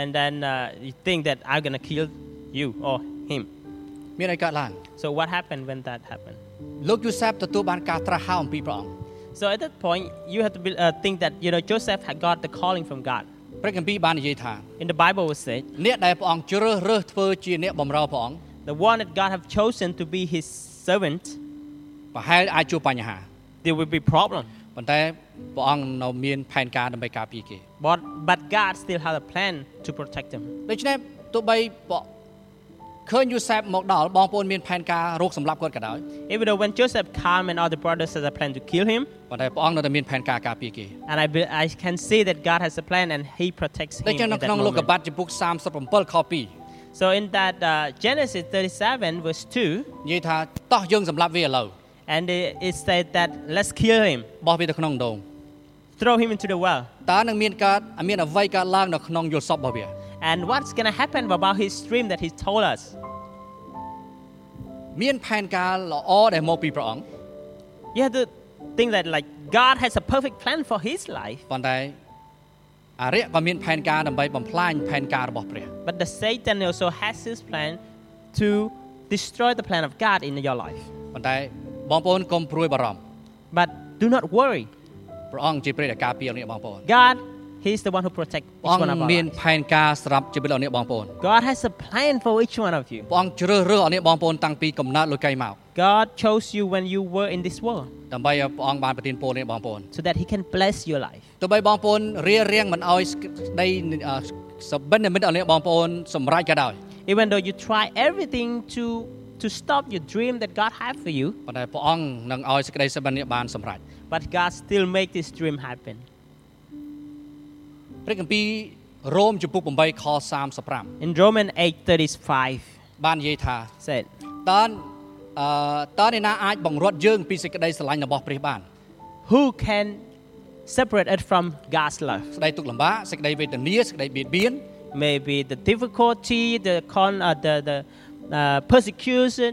Speaker 5: and then uh, you think that I'm gonna kill you or him.
Speaker 4: មានអីកើតឡើង
Speaker 5: So what happened when that happened?
Speaker 4: លោកយូសាបទទួលបានការត្រាស់ហៅអំពីព្រះអង្គ
Speaker 5: So at that point, you have to be, uh, think that you know Joseph had got the calling from God.
Speaker 4: ព្រះគម្ពីរបាននិយាយថា
Speaker 5: In the Bible, it said
Speaker 4: អ្នកដែលព្រះអង្គជ្រើសរើសធ្វើជាអ្នកបម្រើព្រះអង្គ
Speaker 5: the one that God have chosen to be His servant,
Speaker 4: ប្រហែលអាចជួបបញ្ហា
Speaker 5: there will be problem.
Speaker 4: ប៉ុន្តែព្រះអង្គនៅមានផែនការដើម្បីការពារគេ
Speaker 5: But but God still had a plan to protect them.
Speaker 4: ដូច្នេះទោះបីព្រះឃើញយូសាបមកដល់បងប្អូនមានផែនការរោគសម្លាប់គាត់ក៏ដោយ
Speaker 5: Even though when Joseph come and all the brothers had a plan to kill him,
Speaker 4: ប៉ុន្តែព្រះអង្គនៅតែមានផែនការការពារគេ
Speaker 5: and I be, I can see that God has a plan and He protects
Speaker 4: ដូ
Speaker 5: him.
Speaker 4: ច្នេះ
Speaker 5: in
Speaker 4: នៅ
Speaker 5: that
Speaker 4: ក្នុងលោកក
Speaker 5: moment.
Speaker 4: បាត់ចំពុក37ខ2
Speaker 5: So in that uh, Genesis 37 verse 2,
Speaker 4: និយាយថាតោះយើងសម្លាប់វាឥឡូវ
Speaker 5: and it, it said that let's kill him,
Speaker 4: បោះវាទៅក្នុងដង
Speaker 5: throw him into the well.
Speaker 4: តើនឹងមានកើតមានអ្វីកើតឡើងនៅក្នុងយល់សពរបស់វា
Speaker 5: And what's going to happen about his dream that he told us?
Speaker 4: មានផែនការល្អដែលមកពីព្រះអង្គ
Speaker 5: You have to think that like God has a perfect plan for his life,
Speaker 4: ប៉ុន្តែអរិយក៏មានផែនការដើម្បីបំផ្លាញផែនការរបស់ព្រះ
Speaker 5: but the Satan also has his plan to destroy the plan of God in your life.
Speaker 4: ប៉ុន្តែបងប្អូនកុំព្រួយបារម្ភ
Speaker 5: But do not worry.
Speaker 4: ព្រះអង្គជាព្រះដែលការពារលោកអ្នកបងប្អូន
Speaker 5: God, he's the one who protects each
Speaker 4: ព្រះអង្គ
Speaker 5: one of
Speaker 4: មាន
Speaker 5: us.
Speaker 4: ផែនការសម្រាប់ជីវិតលោកអ្នកបងប្អូន
Speaker 5: God has a plan for each one of you.
Speaker 4: ព្រះអង្គជ្រើសរើសអ្នកបងប្អូនតាំងពីកំណើតលោកីមក
Speaker 5: God chose you when you were in this world
Speaker 4: ដើម្បីឲ្យព្រះអង្គបានប្រទានពរអ្នកបងប្អូន
Speaker 5: so that he can bless your life.
Speaker 4: ទោះបីបងប្អូនរៀបរៀងមិនឲ្យស្ដីអឺសបិននិមិត្តឲ្យអ្នកបងប្អូនសម្រេចក៏ដោយ
Speaker 5: Even though you try everything to to stop your dream that God had for you,
Speaker 4: ប៉ុន្តែព្រះអង្គនឹងឲ្យសេចក្តីសបិននេះបានសម្រេច
Speaker 5: but God still make this dream happen.
Speaker 4: ព្រះគម្ពីររ៉ូមជំពូក8ខ35
Speaker 5: In Romans 8:35
Speaker 4: បាននិយាយថា
Speaker 5: said,
Speaker 4: តើអឺតើអ្នកណាអាចបង្រត់យើងពីសេចក្តីស្រឡាញ់របស់ព្រះបាន
Speaker 5: "Who can separate it from God's love?
Speaker 4: សេចក្តីទុក្ខលំបាកសេចក្តីវេទនាសេចក្តីបៀតបៀន
Speaker 5: Maybe the difficulty, the con, uh, the the uh, persecution,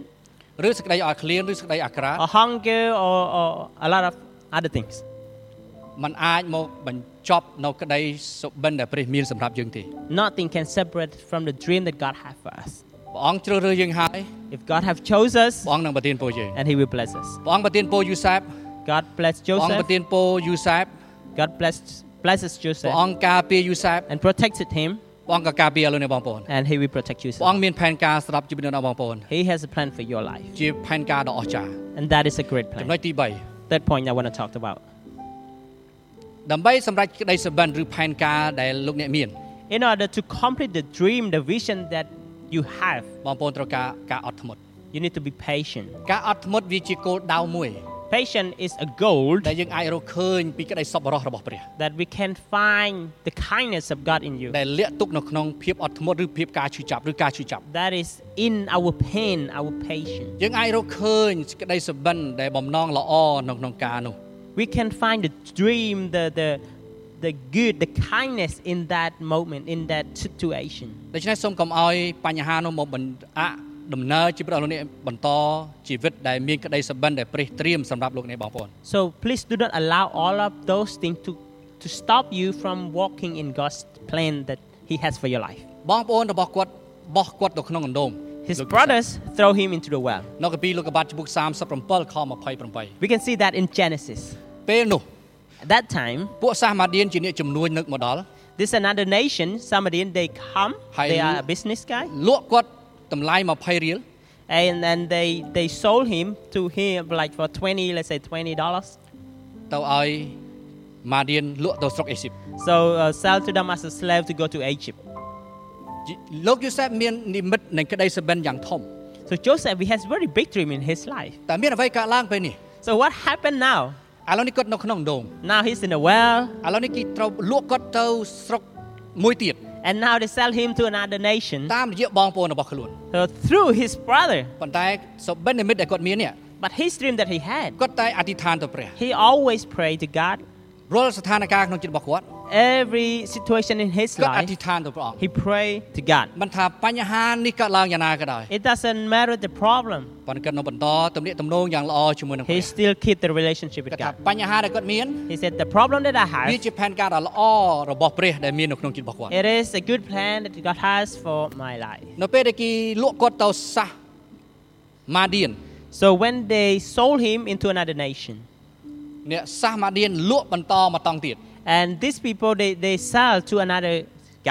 Speaker 4: ឬសេចក្តីអត់ឃ្លានឬសេចក្តីអាក្រក់
Speaker 5: or hunger, or, or a lot of other things.
Speaker 4: มันអាចមកបញ្ចប់នៅក្តីសុបិនដែលព្រះមានសម្រាប់យើងទេ
Speaker 5: Nothing can separate from the dream that God has for us.
Speaker 4: ព្រះអង្គជ្រើសរើសយើងហើយ
Speaker 5: If God have chose us,
Speaker 4: ព្រះអង្គនឹងប្រទានពរយើង
Speaker 5: and He will bless us.
Speaker 4: ព្រះអង្គប្រទានពរយូសាប
Speaker 5: God bless
Speaker 4: ព្រះអង្គ
Speaker 5: Joseph.
Speaker 4: ប្រទានពរយូសាប
Speaker 5: God bless blesses
Speaker 4: ព្រះ
Speaker 5: Joseph
Speaker 4: អង្គការពារយូសាប
Speaker 5: and protected him,
Speaker 4: ព្រះអង្គក៏ការពារលោកអ្នកបងប្អូន
Speaker 5: and He will protect you.
Speaker 4: ព្រះអង្គមានផែនការសម្រាប់ជីវិតរបស់បងប្អូន
Speaker 5: He has a plan for your life,
Speaker 4: ជាផែនការដ៏អស្ចារ្យ
Speaker 5: and that is a great
Speaker 4: ចំ
Speaker 5: plan.
Speaker 4: នុចទី
Speaker 5: Third point I want to talk about.
Speaker 4: 3ដើម្បីសម្រេចក្តីសុបិនឬផែនការដែលលោកអ្នកមាន
Speaker 5: in order to complete the dream, the vision that you have,
Speaker 4: បងប្អូនត្រូវការការអត់ធ្មត់
Speaker 5: you need to be patient.
Speaker 4: ការអត់ធ្មត់វាជាគោលដៅមួយ
Speaker 5: Patient is a goal
Speaker 4: ដែលយើងអាចរកឃើញពីក្តីសប្បុរសរបស់ព្រះ
Speaker 5: that we can find the kindness of God in you.
Speaker 4: ដែលលាក់ទុកនៅក្នុងភាពអត់ធ្មត់ឬភាពការឈឺចាប់ឬការឈឺចាប់
Speaker 5: That is in our pain, our patience.
Speaker 4: យើងអាចរកឃើញសេចក្តីសុបិនដែលបំណងល្អនៅក្នុងការនោះ
Speaker 5: We can find the dream, the the the good, the kindness in that moment, in that situation.
Speaker 4: ដូច្នេះសូមកុំឲ្យបញ្ហានោះមកបណ្ដាក់ដំណើរជីវិតរបស់លោកអ្នកបន្តជីវិតដែលមានក្តីសុបិនដែលព្រះត្រៀមសម្រាប់លោកអ្នកបងប្អូន
Speaker 5: So please do not allow all of those things to, to stop you from walking in God's plan that He has for your life.
Speaker 4: បងប្អូនរបស់គាត់បោះគាត់ទៅក្នុងអណ្ដូង
Speaker 5: His
Speaker 4: លោក
Speaker 5: brothers throw him into the well.
Speaker 4: នៅកាពីលោកកបាត់ជំពូក37ខ28
Speaker 5: We can see that in Genesis.
Speaker 4: ពេលនោះ
Speaker 5: At that time,
Speaker 4: ពួកសាសម៉ាឌៀនជាអ្នកចំនួននឹកមកដល់
Speaker 5: this another nation, Samaritan, they come,
Speaker 4: Hai
Speaker 5: they
Speaker 4: lu-
Speaker 5: are a business guy,
Speaker 4: លក់គាត់តម្លៃ20រៀល
Speaker 5: and then they, they sold him to him like for 20, let's say $20.
Speaker 4: ទៅឲ្យម៉ាឌៀនលក់ទៅស្រុកអេស៊ីប
Speaker 5: So uh, sell to them as a slave to go to Egypt.
Speaker 4: លោកយូសែបមាននិមិត្តនៃក្តីសុបិនយ៉ាងធំ
Speaker 5: So Joseph, he has very big dream in his life.
Speaker 4: តែមានអ្វីកើតឡើងពេលនេះ
Speaker 5: So what happened now?
Speaker 4: ឥឡូវនេះគាត់នៅក្នុងអណ្ដូង
Speaker 5: Now he's in a well,
Speaker 4: ឥឡូវនេះគេត្រូវលក់គាត់ទៅស្រុកមួយទៀត
Speaker 5: and now they sell him to another nation.
Speaker 4: តាមរយៈបងប្អូនរបស់ខ្លួន
Speaker 5: So through his brother,
Speaker 4: ប៉ុន្តែសុបិននិមិត្តដែលគាត់មាននេះ
Speaker 5: but his dream that he had,
Speaker 4: គាត់តែអធិដ្ឋានទៅព្រះ
Speaker 5: he always prayed to God.
Speaker 4: រាល់ស្ថានភាពក្នុងចិត្តរបស់គាត់
Speaker 5: Every situation in his
Speaker 4: គាត់អ
Speaker 5: life,
Speaker 4: ធិដ្ឋានទៅព្រះអង្គ
Speaker 5: he prayed to God.
Speaker 4: មិនថាបញ្ហានេះកើតឡើងយ៉ាងណាក៏ដោយ
Speaker 5: It doesn't matter the problem.
Speaker 4: ប៉ុន្តែគាត់នៅបន្តទំនាក់ទំនងយ៉ាងល្អជាមួយនឹងព្រះ
Speaker 5: He still keep the relationship with
Speaker 4: គាត់ថា
Speaker 5: God.
Speaker 4: បញ្ហាដែលគាត់មាន
Speaker 5: He said, the problem that I
Speaker 4: វា
Speaker 5: have,
Speaker 4: ជាផែនការដ៏ល្អរបស់ព្រះដែលមាននៅក្នុងចិត្តរបស់គាត់
Speaker 5: it is a good plan that God has for my life.
Speaker 4: នៅពេលដែលគេលក់គាត់ទៅសាសម៉ាឌៀន
Speaker 5: So when they sold him into another nation,
Speaker 4: អ្នកសាសម៉ាឌៀនលក់បន្តមកតង់ទៀត
Speaker 5: and these people, they, they sell to another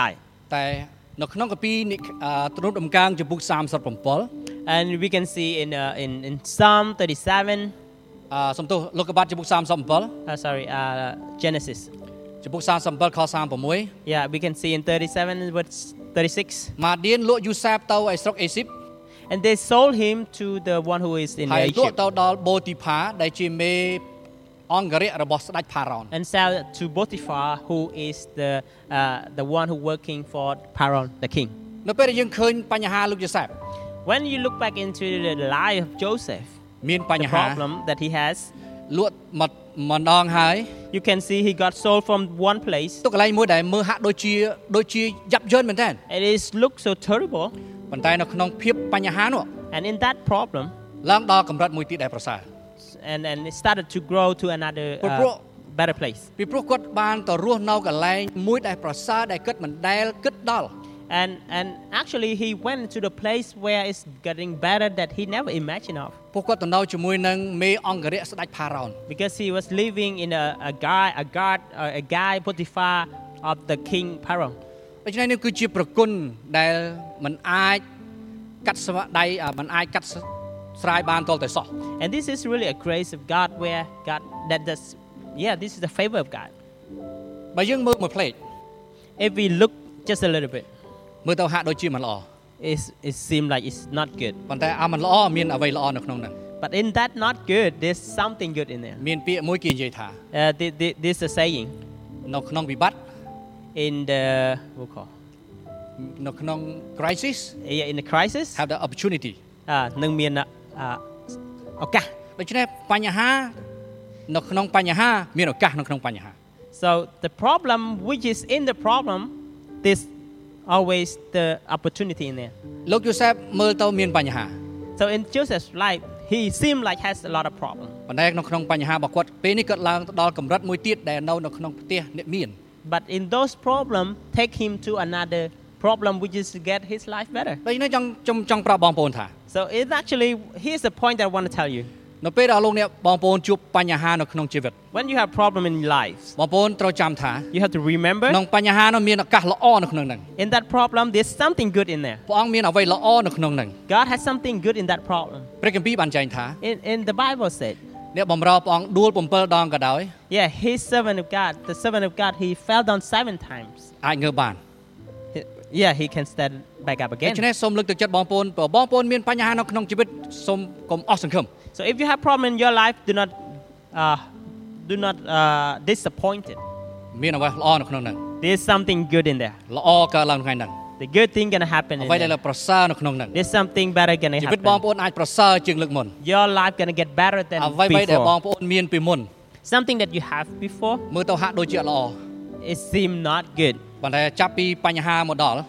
Speaker 5: guy.
Speaker 4: តែនៅក្នុងកាពីនិអឺទ្រង់ដំកើងចំពុក37
Speaker 5: And we can see in, uh, in, in Psalm 37,
Speaker 4: អឺសំទោសលោកកបាត់ចំពុក37
Speaker 5: uh, sorry, uh, Genesis.
Speaker 4: ចំពុក37ខ36
Speaker 5: Yeah, we can see in 37, verse 36.
Speaker 4: ម៉ាឌៀនលក់យូសាបទៅឲ្យស្រុកអេស៊ីប
Speaker 5: And they sold him to the one who is in
Speaker 4: ហើយលក់
Speaker 5: Egypt
Speaker 4: ទៅដល់បូទីផាដែលជាមេអង្គរៈរបស់ស្ដេចផារ៉ោន
Speaker 5: and sell it to Potiphar, who is the, uh, the one who working for Pharaoh, the king.
Speaker 4: នៅពេលដែលយើងឃើញបញ្ហាលោកយូសាប
Speaker 5: When you look back into the life of Joseph,
Speaker 4: មាន
Speaker 5: the
Speaker 4: បញ្ហា
Speaker 5: problem that he has,
Speaker 4: លក់មកម្ដងហើយ
Speaker 5: you can see he got sold from one place.
Speaker 4: ទុកកន្លែងមួយដែលមើលហាក់ដូចជាដូចជាយ៉ាប់យ៉ឺនមែនតើ
Speaker 5: It is look so terrible,
Speaker 4: ប៉ុន្តែនៅក្នុងភាពបញ្ហានោះ
Speaker 5: and in that problem,
Speaker 4: ឡើងដល់កម្រិតមួយទៀតដែលប្រសើរ
Speaker 5: and, and it started to grow to another
Speaker 4: But
Speaker 5: uh,
Speaker 4: bro-
Speaker 5: better place.
Speaker 4: ពីព្រោះគាត់បានទៅរស់នៅកន្លែងមួយដែលប្រសើរដែលគិតមិនដែលគិតដល់
Speaker 5: And and actually he went to the place where it's getting better that he never imagined of.
Speaker 4: ពួកគាត់ទៅនៅជាមួយនឹងមេអង្គរៈស្ដេចផារ៉ោន
Speaker 5: Because he was living in a, a guy, a guard, uh, a, a guy Potiphar of the king Pharaoh.
Speaker 4: ដូច្នេះនេះគឺជាប្រគុណដែលមិនអាចកាត់ស្វាដៃអ่าមិនអាចកាត់ស្ស្រាយបានតលតែសោះ
Speaker 5: And this is really a grace of God where God that does yeah, this is the favor of God.
Speaker 4: បើយើងមើលមួយផ្លេក
Speaker 5: If we look just a little bit,
Speaker 4: មើលទៅហាក់ដូចជាមិនល្អ
Speaker 5: it's, it seems like it's not good.
Speaker 4: ប៉ុន្តែអាមិនល្អមានអ្វីល្អនៅក្នុងហ្នឹង
Speaker 5: But in that not good, there's something good in there.
Speaker 4: មានពាក្យមួយគេនិយាយថា
Speaker 5: Uh, thi- thi- this is a saying
Speaker 4: នៅក្នុងវិបត្តិ
Speaker 5: in the what call?
Speaker 4: នៅក្នុង crisis
Speaker 5: Yeah, in the crisis. Uh,
Speaker 4: have the opportunity
Speaker 5: អ่าនឹងមានអ่าឱកាស
Speaker 4: ដូច្នេះបញ្ហានៅក្នុងបញ្ហា មានឱកាសនៅក្នុងបញ្ហា
Speaker 5: so the problem which is in the problem this always the opportunity in there
Speaker 4: លោកយូសែបមើលទៅមានបញ្ហា
Speaker 5: so in Joseph's life he seemed like has a lot of problem
Speaker 4: ប៉ុន្តែនៅក្នុងបញ្ហារបស់គាត់ពេលនេះគាត់ឡើងទៅដល់កម្រិតមួយទៀតដែលនៅនៅក្នុងផ្ទះអ្នកមាន
Speaker 5: but in those problem take him to another problem which is to get his life better
Speaker 4: ដូច្នេះចង់ចង់ចង់ប្រាប់បងប្អូនថា
Speaker 5: so it's actually here's the point that I want to tell you
Speaker 4: នៅពេលដែលលោកអ្នកបងប្អូនជួបបញ្ហានៅក្នុងជីវិត
Speaker 5: when you have problem in life
Speaker 4: បងប្អូនត្រូវចាំថា
Speaker 5: you have to remember
Speaker 4: ក្នុងបញ្ហានោះមានឱកាសល្អនៅក្នុងហ្នឹង
Speaker 5: in that problem there's something good in there
Speaker 4: ព្រះអង្គមានអ្វីល្អនៅក្នុងហ្នឹង
Speaker 5: God has something good in that problem
Speaker 4: ព្រះគម្ពីរបានចែងថា
Speaker 5: in, in the Bible said
Speaker 4: អ្នកបំរើព្រះអង្គដួល7ដងក៏ដោយ
Speaker 5: Yeah, his servant of God, the servant of God, he fell down seven times.
Speaker 4: អាចងើបបាន
Speaker 5: He- yeah, he can stand back up
Speaker 4: ដូ
Speaker 5: again.
Speaker 4: ច្នេះសូមលើកទឹកចិត្តបងប្អូនបើបងប្អូនមានបញ្ហានៅក្នុងជីវិតសូមកុំអស់សង្ឃឹម
Speaker 5: So if you have problem in your life, do not, uh, do not uh, disappointed.
Speaker 4: មានអ្វីល្អនៅក្នុងហ្នឹង
Speaker 5: There's something good in there.
Speaker 4: ល្អកើតឡើងថ្ងៃហ្នឹង
Speaker 5: The good thing gonna happen. In
Speaker 4: អ្វីដែល
Speaker 5: there.
Speaker 4: ប្រសើរនៅក្នុងហ្នឹង
Speaker 5: There's something better gonna
Speaker 4: ជីវិតបង
Speaker 5: happen.
Speaker 4: ប្អូនអាចប្រសើរជាងលើកមុន
Speaker 5: Your life gonna get better than
Speaker 4: អ្វីៗដែលបង
Speaker 5: before.
Speaker 4: ប្អូនមានពីមុន
Speaker 5: Something that you have before,
Speaker 4: មើលទៅហាក់ដូចជាល្អ
Speaker 5: it, it seemed not good.
Speaker 4: ប៉ុន្តែចាប់ពីបញ្ហាមកដល់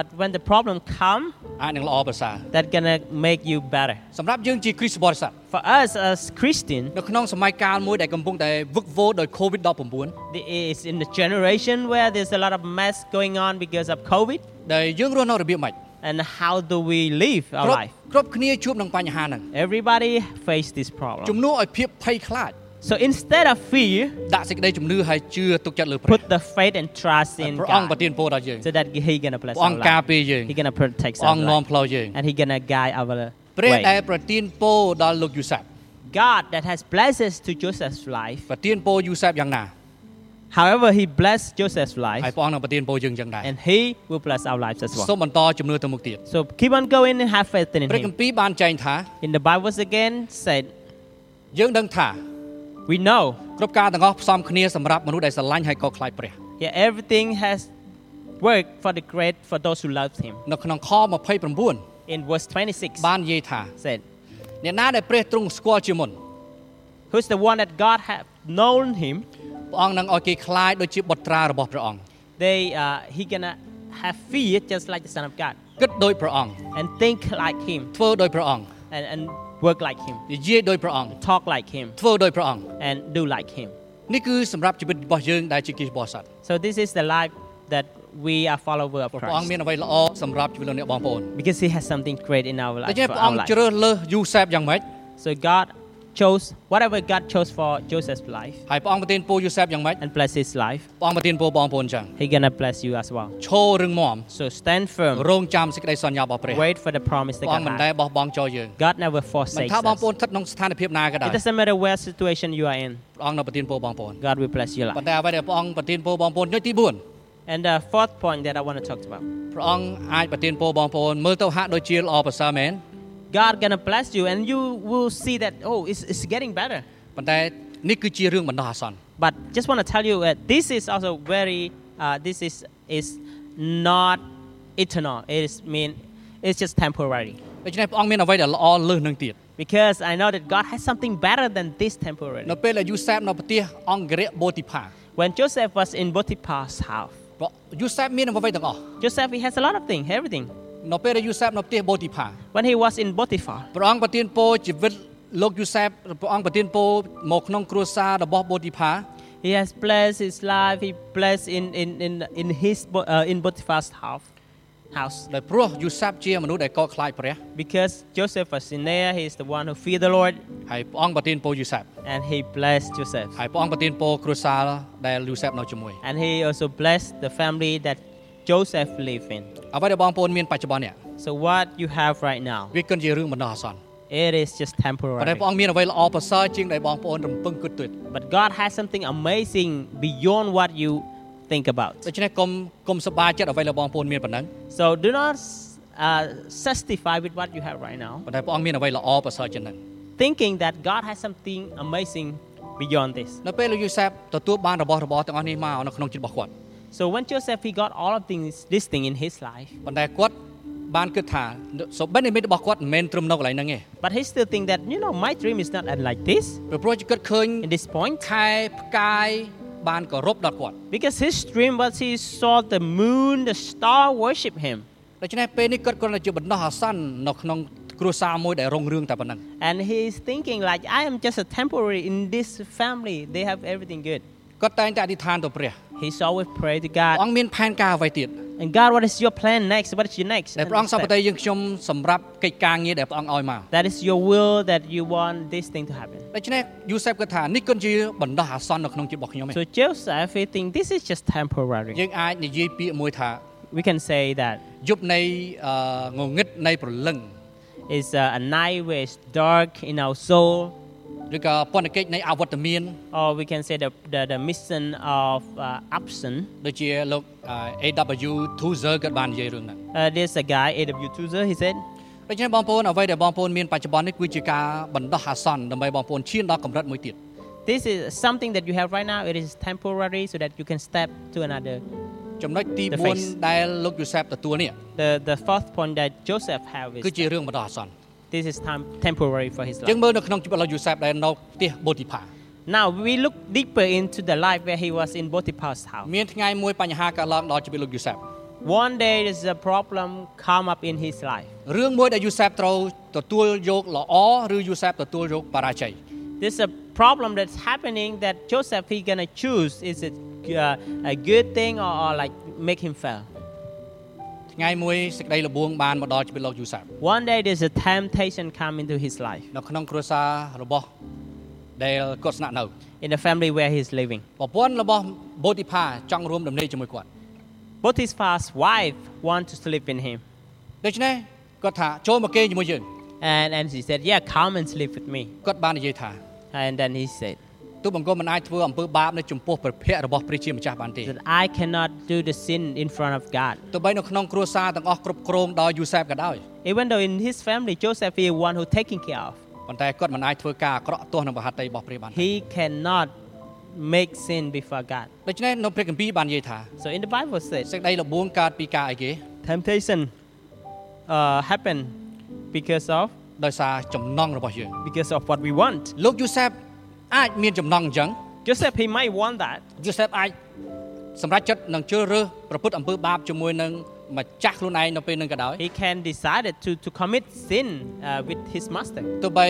Speaker 5: But when the problem come,
Speaker 4: អាចនឹងល្អប្រសើរ
Speaker 5: that gonna make you better.
Speaker 4: សម្រាប់យើងជាគ្រីស្ទបរិស័ទ
Speaker 5: For us as Christian,
Speaker 4: នៅក្នុងសម័យកាលមួយដែលកំពុងតែវឹកវរដោយ COVID-19
Speaker 5: the- it's in the generation where there's a lot of mess going on because of COVID.
Speaker 4: ដែលយើងរស់នៅរបៀបម៉េច
Speaker 5: And how do we live our
Speaker 4: គ្រប់
Speaker 5: life?
Speaker 4: គ្រប់គ្នាជួបនឹងបញ្ហាហ្នឹង
Speaker 5: Everybody face this
Speaker 4: ជំ
Speaker 5: problem.
Speaker 4: នួសឲ្យភាពភ័យខ្លាច
Speaker 5: So instead of fear,
Speaker 4: ដាក់សេចក្តីជំនឿឲ្យជឿទុកចិត្តលើព្រះ
Speaker 5: put the faith and trust in
Speaker 4: ព្រះអង្គប្រ
Speaker 5: God
Speaker 4: ទានពរដល់យើង
Speaker 5: so that he gonna bless
Speaker 4: ព្រះអ
Speaker 5: our
Speaker 4: ង្គការ
Speaker 5: life.
Speaker 4: ពារយើង
Speaker 5: He gonna protect
Speaker 4: ព្រះអ
Speaker 5: our
Speaker 4: ង្គនាំ
Speaker 5: life.
Speaker 4: ផ្លូវយើង
Speaker 5: And he gonna guide our
Speaker 4: ព្រះដែល
Speaker 5: way.
Speaker 4: ប្រទានពរដល់លោកយូសាប
Speaker 5: God that has blessed us to Joseph's life.
Speaker 4: ប្រទានពរយូសាបយ៉ាងណា
Speaker 5: However, he blessed Joseph's
Speaker 4: ហើយ
Speaker 5: life
Speaker 4: ព្រះអង្គនឹងប្រទានពរយើងយ៉ាងដែរ
Speaker 5: and he will bless our lives as
Speaker 4: សូម
Speaker 5: well.
Speaker 4: បន្តជំនឿទៅមុខទៀត
Speaker 5: So keep on going and have faith in
Speaker 4: ព្រះគ
Speaker 5: him.
Speaker 4: ម្ពីរបានចែងថា
Speaker 5: In the Bible again said,
Speaker 4: យើងដឹងថា
Speaker 5: we know
Speaker 4: គ្រប់ការទាំងអស់ផ្សំគ្នាសម្រាប់មនុស្សដែលស្រឡាញ់ហើយក៏ខ្លាចព្រះ
Speaker 5: yeah, everything has worked for the great for those who love him.
Speaker 4: នៅក្នុងខ29
Speaker 5: In verse 26
Speaker 4: បាននិយាយថា
Speaker 5: said,
Speaker 4: អ្នកណាដែលព្រះទ្រង់ស្គាល់ជាមុន
Speaker 5: who's the one that God have known him
Speaker 4: ព្រះអង្គនឹងឲ្យគេខ្លាចដូចជាបុត្រារបស់ព្រះអង្គ
Speaker 5: they uh, he gonna have fear just like the son of god
Speaker 4: គិតដោយព្រះអង្គ
Speaker 5: and think like him
Speaker 4: ធ្វើដោយព្រះអង្គ
Speaker 5: and, and work like him
Speaker 4: និយាយដោយព្រះអង្គ
Speaker 5: talk like him
Speaker 4: ធ្វើដោយព្រះអង្គ
Speaker 5: and do like him
Speaker 4: នេះគឺសម្រាប់ជីវិតរបស់យើងដែលជាគ្រីស្ទបរិស័ទ
Speaker 5: so this is the life that we are follower of
Speaker 4: ព្រះអង្គ
Speaker 5: christ
Speaker 4: មានអ្វីល្អសម្រាប់ជីវិតលោកអ្នកបងប្អូន
Speaker 5: because he has something great in our
Speaker 4: ដូ
Speaker 5: life,
Speaker 4: ច្នេះ
Speaker 5: for
Speaker 4: ព្រះអ
Speaker 5: our
Speaker 4: ង្គ
Speaker 5: life.
Speaker 4: ជ្រើសរើសយូសែបយ៉ាងម៉េច
Speaker 5: so god chose whatever god chose for joseph's life
Speaker 4: ហើយព្រះអង្គប្រទានពរយូសែបយ៉ាងម៉េច
Speaker 5: and bless his life
Speaker 4: ព្រះអង្គប្រទានពរបងប្អូនចឹង
Speaker 5: he gonna bless you as well
Speaker 4: ឈររឹងមាំ
Speaker 5: so stand firm
Speaker 4: រងចាំសេចក្តីសន្យារបស់ព្រះ
Speaker 5: wait for the promise that
Speaker 4: ព្រះអង្គ
Speaker 5: god
Speaker 4: មិនដែល
Speaker 5: has.
Speaker 4: បោះបង់ចោលយើង
Speaker 5: god never
Speaker 4: មិន
Speaker 5: forsakes
Speaker 4: ថាបងប្អូន
Speaker 5: us
Speaker 4: ស្ថិតក្នុងស្ថានភាពណាក៏ដោយ
Speaker 5: it doesn't matter where situation you are in
Speaker 4: ព្រះអង្គនៅប្រទានពរបងប្អូន
Speaker 5: god will bless your
Speaker 4: ប៉ុ
Speaker 5: life
Speaker 4: ន្តែអ្វីដែលព្រះអង្គប្រទានពរបងប្អូនញុចទី4
Speaker 5: and the fourth point that i want to talk about
Speaker 4: ព្រះអង្គអាចប្រទានពរបងប្អូនមើលទៅហាក់ដូចជាល្អប្រសើរមែន
Speaker 5: God gonna bless you, and you will see that oh, it's, it's getting better.
Speaker 4: ប៉ុន្តែនេះគឺជារឿងបណ្ដោះអាសន្ន
Speaker 5: But just want to tell you that this is also very uh, this is is not eternal. It is mean it's just temporary.
Speaker 4: ដូច្នេះព្រះអង្គមានអ្វីដែលល្អលើសនឹងទៀត
Speaker 5: Because I know that God has something better than this temporary.
Speaker 4: នៅពេលដែលយូសែបនៅប្រទេសអង្គរៈបូទីផា
Speaker 5: When Joseph was in Potiphar's house,
Speaker 4: ព្រោះយូសែបមានអ្វីទាំងអស់
Speaker 5: Joseph he has a lot of things, everything.
Speaker 4: នៅពេលដែលយូសែបនៅផ្ទះបូទីផា
Speaker 5: When he was in Potiphar,
Speaker 4: ព្រះអង្គប្រទានពរជីវិតលោកយូសែបព្រះអង្គប្រទានពរមកក្នុងគ្រួសាររបស់បូទីផា
Speaker 5: he has blessed his life. He blessed in in in in his bo- uh, in Potiphar's house. House.
Speaker 4: ដែលព្រោះយូសែបជាមនុស្សដែលកោតខ្លាចព្រះ
Speaker 5: Because Joseph was in there, he is the one who feared the Lord
Speaker 4: ហើយព្រះអង្គប្រទានពរយូសែប
Speaker 5: and he blessed Joseph.
Speaker 4: ហើយព្រះអង្គប្រទានពរគ្រួសារដែលយូសែបនៅជាមួយ
Speaker 5: And he also blessed the family that Joseph lived in.
Speaker 4: អ្វីដែលបងប្អូនមានបច្ចុប្បន្ននេះ
Speaker 5: So what you have right now,
Speaker 4: វាគិតជារឿងបណ្ដោះអាសន្ន
Speaker 5: it is just
Speaker 4: ប៉ុន្តែ
Speaker 5: temporary.
Speaker 4: ព្រះអង្គមានអ្វីល្អប្រសើរជាងដែលបងប្អូនរំពឹងគិតទៀត
Speaker 5: But God has something amazing beyond what you think about.
Speaker 4: ដូច្នេះកុំកុំសប្បាយចិត្តអ្វីដែលបងប្អូនមានប៉ុណ្ណឹង
Speaker 5: So do not uh, satisfy with what you have right now,
Speaker 4: ប៉ុន្តែព្រះអង្គមានអ្វីល្អប្រសើរជាងហ្នឹង
Speaker 5: thinking that God has something amazing beyond this.
Speaker 4: នៅពេលលោកយូសែបទទួលបានរបស់របរទាំងអស់នេះមកនៅក្នុងចិត្តរបស់គាត់
Speaker 5: So when Joseph he got all of things, this thing in his life,
Speaker 4: ប៉ុន្តែគាត់បានគិតថាសុបិននិមិត្តរបស់គាត់មិនមែនត្រឹមនៅកន្លែងហ្នឹងទេ
Speaker 5: but he still think that you know my dream is not like this.
Speaker 4: ព្រោះព្រោះគាត់គិតឃើញ
Speaker 5: In this point,
Speaker 4: ខែផ្កាយបានគោរពដល់គាត់
Speaker 5: Because his dream was he saw the moon, the star worship him.
Speaker 4: ដូច្នេះពេលនេះគាត់គ្រាន់តែជាបណ្ដោះអាសន្ននៅក្នុងគ្រួសារមួយដែលរុងរឿងតែប៉ុណ្ណឹង
Speaker 5: And he is thinking like, I am just a temporary in this family. They have everything good.
Speaker 4: គាត់តែងតែអធិដ្ឋានទៅព្រះ
Speaker 5: He's always pray to
Speaker 4: ព្រះអ
Speaker 5: God.
Speaker 4: ង្គមានផែនការអ្វីទៀត
Speaker 5: And God, what is your plan next? What is your next?
Speaker 4: ដែលព្រះអង្គសព
Speaker 5: step?
Speaker 4: តេយើងខ្ញុំសម្រាប់កិច្ចការងារដែលព្រះអង្គឲ្យមក
Speaker 5: That is your will that you want this thing to happen.
Speaker 4: ដូច្នេះយូសេបគាត់ថានេះគឺជាបណ្ដោះអាសន្ននៅក្នុងចិត្តរបស់ខ្ញុំឯង
Speaker 5: So Joseph, he think this is just temporary.
Speaker 4: យើងអាចនិយាយពាក្យមួយថា
Speaker 5: We can say that
Speaker 4: យប់នៃអឺងងឹតនៃប្រលឹង
Speaker 5: it's uh, a night where it's dark in our soul.
Speaker 4: ឬក៏ពន្ធកិច្ចនៃអវត្តមាន
Speaker 5: Or we can say the, the, the mission of uh, absent.
Speaker 4: ដូចជាលោក AW Tuzer គាត់បាននិយាយរឿងហ្នឹង
Speaker 5: Uh, there's a guy, A.W. Tozer, he said,
Speaker 4: ដូច្នេះបងប្អូនអ្វីដែលបងប្អូនមានបច្ចុប្បន្ននេះគឺជាការបណ្ដោះអាសន្នដើម្បីបងប្អូនឈានដល់កម្រិតមួយទៀត
Speaker 5: This is something that you have right now. It is temporary so that you can step to another.
Speaker 4: ចំណុចទី
Speaker 5: The face.
Speaker 4: 4ដែលលោកយូសេបទទួលនេះ
Speaker 5: The, the fourth point that Joseph have
Speaker 4: គឺ
Speaker 5: is
Speaker 4: ជារឿងបណ្ដោះអាសន្ន
Speaker 5: this is time temporary for his
Speaker 4: យើង
Speaker 5: life.
Speaker 4: មើលនៅក្នុងជីវិតរបស់យូសេបដែលនៅផ្ទះបូទីផា
Speaker 5: Now we look deeper into the life where he was in Potiphar's house.
Speaker 4: មានថ្ងៃមួយបញ្ហាកើតឡើងដល់ជីវិតលោកយូសាប់
Speaker 5: One day there's a problem come up in his life.
Speaker 4: រឿងមួយដែលយូសាប់ត្រូវទទួលយកល្អឬយូសាប់ទទួលយកបរាជ័យ
Speaker 5: There's a problem that's happening that Joseph he gonna choose is it uh, a good thing or, or like make him fail.
Speaker 4: ថ្ងៃមួយសេចក្តីលបួងបានមកដល់ជីវិតលោកយូសាប់
Speaker 5: One day there's a temptation come into his life
Speaker 4: នៅក្នុងគ្រួសាររបស់ដែលគាត់ស្នាក់នៅ
Speaker 5: in the family where he's living.
Speaker 4: ប្រពន្ធរបស់បូទីផាចង់រួមដំណេកជាមួយគាត់
Speaker 5: Potiphar's wife want to sleep in him,
Speaker 4: ដូច្នេះគាត់ថាចូលមកគេងជាមួយយើង
Speaker 5: and and she said, "Yeah, come and sleep with me."
Speaker 4: គាត់បាននិយាយថា
Speaker 5: And then he said
Speaker 4: ទូបង្គំមិនអាចធ្វើអំពើបាបនៅចំពោះព្រះភ័ក្ត្ររបស់ព្រះជាម្ចាស់បានទេ
Speaker 5: that I cannot do the sin in front of God.
Speaker 4: ទោះបីនៅក្នុងគ្រួសារទាំងអស់គ្រប់គ្រងដោយយូសាបក៏ដោយ
Speaker 5: Even though in his family Joseph is one who taking care of,
Speaker 4: ប៉ុន្តែគាត់មិនអាចធ្វើការអាក្រក់ទាស់នឹងប្រហត្ថីរបស់ព្រះបានទេ
Speaker 5: he cannot make sin before God.
Speaker 4: ដូច្នេះនៅព្រះគម្ពីរបាននិយាយថា
Speaker 5: So in the Bible says
Speaker 4: សេចក្តីលបួងកើតពីការអីគេ
Speaker 5: temptation uh, happen because of
Speaker 4: ដោយសារចំណងរបស់យើង
Speaker 5: because of what we want.
Speaker 4: លោកយូសាបអាចមានចំណងអញ្ចឹង
Speaker 5: Joseph he might want that,
Speaker 4: យូសេបអាចសម្រេចចិត្តនឹងជ្រើសរើសប្រព្រឹត្តអំពើបាបជាមួយនឹងម្ចាស់ខ្លួនឯងនៅពេលនឹងក៏ដោយ
Speaker 5: he can decided to, to commit sin uh, with his master.
Speaker 4: ទោះបី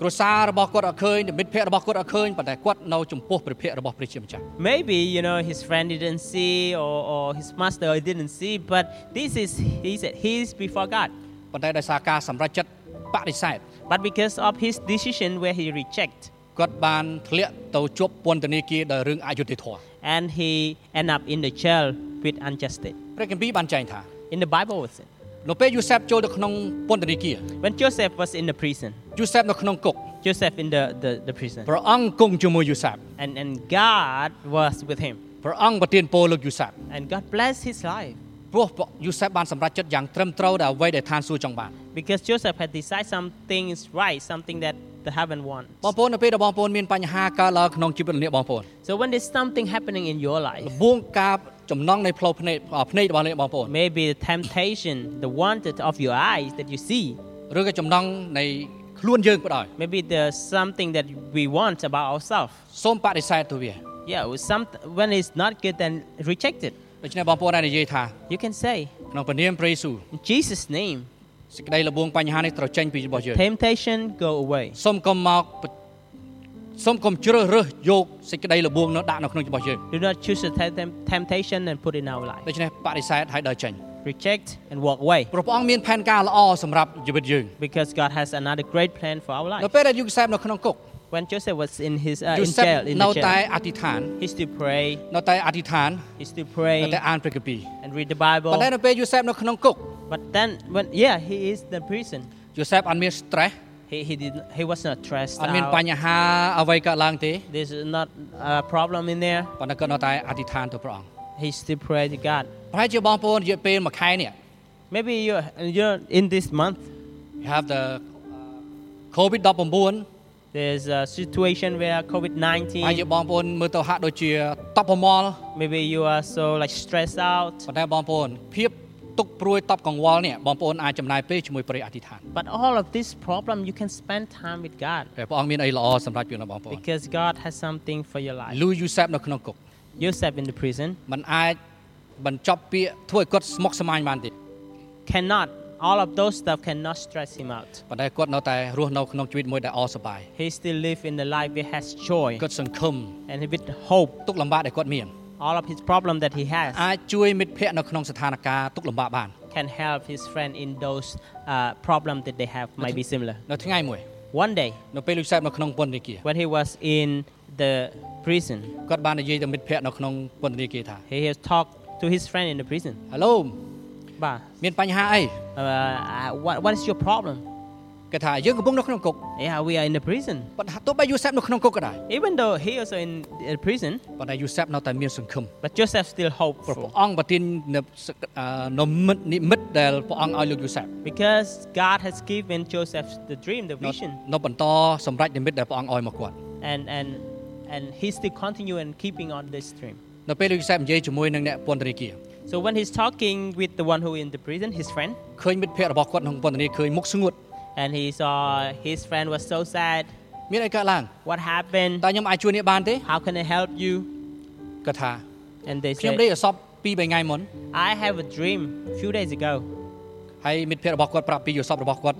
Speaker 4: គ្រួសាររបស់គាត់អត់ឃើញនិមិត្តភ័ក្តិរបស់គាត់អត់ឃើញប៉ុន្តែគាត់នៅចំពោះព្រះភ័ក្ត្ររបស់ព្រះជាម្ចាស់
Speaker 5: Maybe you know his friend didn't see or, or his master didn't see, but this is he said he's before God.
Speaker 4: ប៉ុន្តែដោយសារការសម្រេចចិត្តបដិសេធ
Speaker 5: But because of his decision where he reject
Speaker 4: គាត់បានធ្លាក់ទៅជាប់ពន្ធនាគារដោយរឿងអយុត្តិធម៌
Speaker 5: and he end up in the jail with injustice.
Speaker 4: ព្រះគម្ពីរបានចែងថា
Speaker 5: In the Bible was it?
Speaker 4: នៅពេលយូសេបចូលទៅក្នុងពន្ធនាគារ
Speaker 5: When Joseph was in the prison,
Speaker 4: យូសេបនៅក្នុងគុក
Speaker 5: Joseph in the, the, the prison
Speaker 4: ព្រះអង្គគង់ជាមួយយូសាប
Speaker 5: and, and God was with him
Speaker 4: ព្រះអង្គប្រទានពរលោកយូសាប
Speaker 5: and God blessed his life
Speaker 4: ព្រោះយូសេបបានសម្រេចចិត្តយ៉ាងត្រឹមត្រូវដល់អ្វីដែលឋានសួគ៌ចង់បាន
Speaker 5: because Joseph had decided something is right, something that the heaven wants.
Speaker 4: បងប្អូននៅពេលដែលបងប្អូនមានបញ្ហាកើតឡើងក្នុងជីវិតរបស់បងប្អូន
Speaker 5: So when there's something happening in your life,
Speaker 4: ល្បួងការចំណងនៃផ្លូវភ្នែកភ្នែករបស់លោកបងប្អូន
Speaker 5: maybe the temptation, the wanted of your eyes that you see,
Speaker 4: ឬក៏ចំណងនៃខ្លួនយើងក៏ដោយ
Speaker 5: maybe there's something that we want about ourselves.
Speaker 4: សូមបដិសេធទៅវា
Speaker 5: Yeah, with some, when it's not good, then reject it.
Speaker 4: ដូច្នេះបងប្អូនអាចនិយាយថា
Speaker 5: You can say,
Speaker 4: ក្នុងព្រះនាមព្រះយេស៊ូវ
Speaker 5: in Jesus' name,
Speaker 4: សេចក្តីល្បួងបញ្ហានេះត្រូវចេញពីរបស់យើង
Speaker 5: temptation go away.
Speaker 4: សូមកុំមកសូមកុំជ្រើសរើសយកសេចក្តីល្បួងនោះដាក់នៅក្នុងរបស់យើង
Speaker 5: Do not choose the tem- tem- temptation and put it in our life.
Speaker 4: ដូច្នេះបដិសេធឲ្យដើរចេញ
Speaker 5: Reject and walk away
Speaker 4: ព្រះព្រះអង្គមានផែនការល្អសម្រាប់ជីវិតយើង
Speaker 5: because God has another great plan for our
Speaker 4: នៅ
Speaker 5: life.
Speaker 4: ពេលដែលយូសេបនៅក្នុងគុក
Speaker 5: When Joseph was in his uh,
Speaker 4: យូ
Speaker 5: in
Speaker 4: សេប
Speaker 5: jail, in
Speaker 4: នៅ
Speaker 5: the
Speaker 4: តែ
Speaker 5: jail,
Speaker 4: អធិដ្ឋាន
Speaker 5: he still pray,
Speaker 4: នៅតែអធិដ្ឋាន
Speaker 5: he still
Speaker 4: នៅ
Speaker 5: pray
Speaker 4: តែអានព្រះគម្ពីរ
Speaker 5: and read the
Speaker 4: ប៉ុ
Speaker 5: Bible.
Speaker 4: ន្តែនៅពេលយូសេបនៅក្នុងគុក
Speaker 5: But then, when yeah, he is the prison.
Speaker 4: យូសេបអត់មាន stress
Speaker 5: He, he did he was not stressed
Speaker 4: អត់មានប
Speaker 5: out.
Speaker 4: ញ្ហាអ្វីកើតឡើងទេ
Speaker 5: There's not a problem in there.
Speaker 4: ប៉ុន្តែគាត់នៅតែអធិដ្ឋានទៅព្រះអង្គ
Speaker 5: He still pray to God.
Speaker 4: ប្រហែលជាបងប្អូនរយៈពេលមួយខែនេះ
Speaker 5: Maybe you you're in this month.
Speaker 4: you have the covid 19ប្រហ
Speaker 5: There's a situation where COVID
Speaker 4: ែលជា
Speaker 5: 19.
Speaker 4: បងប្អូនមើលទៅហាក់ដូចជាតប់ប្រមល់
Speaker 5: Maybe you are so like stressed out.
Speaker 4: ប៉ុន្តែបងប្អូនភាពទុកព្រួយតប់កង្វល់នេះបងប្អូនអាចចំណាយពេលជាមួយព្រះអធិដ្ឋាន
Speaker 5: But all of this problem, you can spend time with God
Speaker 4: ព្រះអង្គមានអីល្អសម្រាប់ជីវិតរបស់បងប្អូន
Speaker 5: because God has something for your life.
Speaker 4: លូយូសេបនៅក្នុងគុក
Speaker 5: Joseph in the prison
Speaker 4: มันអាចបញ្ចប់ពាក្យធ្វើឲ្យគាត់ស្មុគស្មាញបានទេ
Speaker 5: cannot. All of those stuff cannot stress him out.
Speaker 4: ប៉ុន្តែគាត់នៅតែរស់នៅក្នុងជីវិតមួយដែលអសប្បាយ
Speaker 5: He still live in the life that has joy
Speaker 4: គាត់សង្ឃឹម
Speaker 5: and with hope.
Speaker 4: ទុកលំបាកដែលគាត់មាន
Speaker 5: All of his problem that he has.
Speaker 4: អាចជួយមិត្តភ័ក្តិនៅក្នុងស្ថានភាពទុកលំបាកបាន
Speaker 5: can help his friend in those uh, problems that they have might be similar.
Speaker 4: នៅថ្ងៃមួយ
Speaker 5: One day,
Speaker 4: នៅពេលលោកសែបនៅក្នុងពន្ធនាគារ
Speaker 5: when he was in the prison,
Speaker 4: គាត់បាននិយាយទៅមិត្តភ័ក្តិនៅក្នុងពន្ធនាគារថា
Speaker 5: he had talked to his friend in the prison.
Speaker 4: ហេឡូ
Speaker 5: Ba,
Speaker 4: មានបញ្ហាអី
Speaker 5: uh, uh, what, what is your problem?
Speaker 4: គាត់ថាយើងកំពុងនៅក្នុងគុក
Speaker 5: Yeah, we are in the prison.
Speaker 4: ប៉ុន្តែទោះបីយូសេបនៅក្នុងគុកក៏ដោយ
Speaker 5: Even though he also in the prison,
Speaker 4: ប៉ុន្តែយូសេបនៅតែមានសង្ឃឹម
Speaker 5: but Joseph still
Speaker 4: ព្រោះព្រះ
Speaker 5: hopeful
Speaker 4: អង្គប្រទាននូវសក្ដិអឺនូវមិត្តនិមិត្តដែលព្រះអង្គឲ្យលោកយូសេប
Speaker 5: because God has given Joseph the dream, the vision,
Speaker 4: នៅបន្តសម្រេចនិមិត្តដែលព្រះអង្គឲ្យមកគាត់
Speaker 5: and and and he still continue and keeping on this dream.
Speaker 4: នៅពេលលោកយូសេបនិយាយជាមួយនឹងអ្នកពន្ធនាគារ
Speaker 5: So when he's talking with the one who in the prison, his friend,
Speaker 4: ឃើញមិត្តភ័ក្តិរបស់គាត់ក្នុងពន្ធនាគារឃើញមុខស្ងួត
Speaker 5: and he saw his friend was so sad.
Speaker 4: មានអីកើតឡើង
Speaker 5: What happened?
Speaker 4: តើខ្ញុំអាចជួយអ្នកបានទេ
Speaker 5: How can I help you?
Speaker 4: គាត់ថា
Speaker 5: And they
Speaker 4: ខ្ញុំដេក
Speaker 5: said,
Speaker 4: អសប់ពីរបីថ្ងៃមុន
Speaker 5: I have a dream a few days ago.
Speaker 4: ហើយមិត្តភ័ក្តិរបស់គាត់ប្រាប់ពីយល់សប្តិរបស់គាត់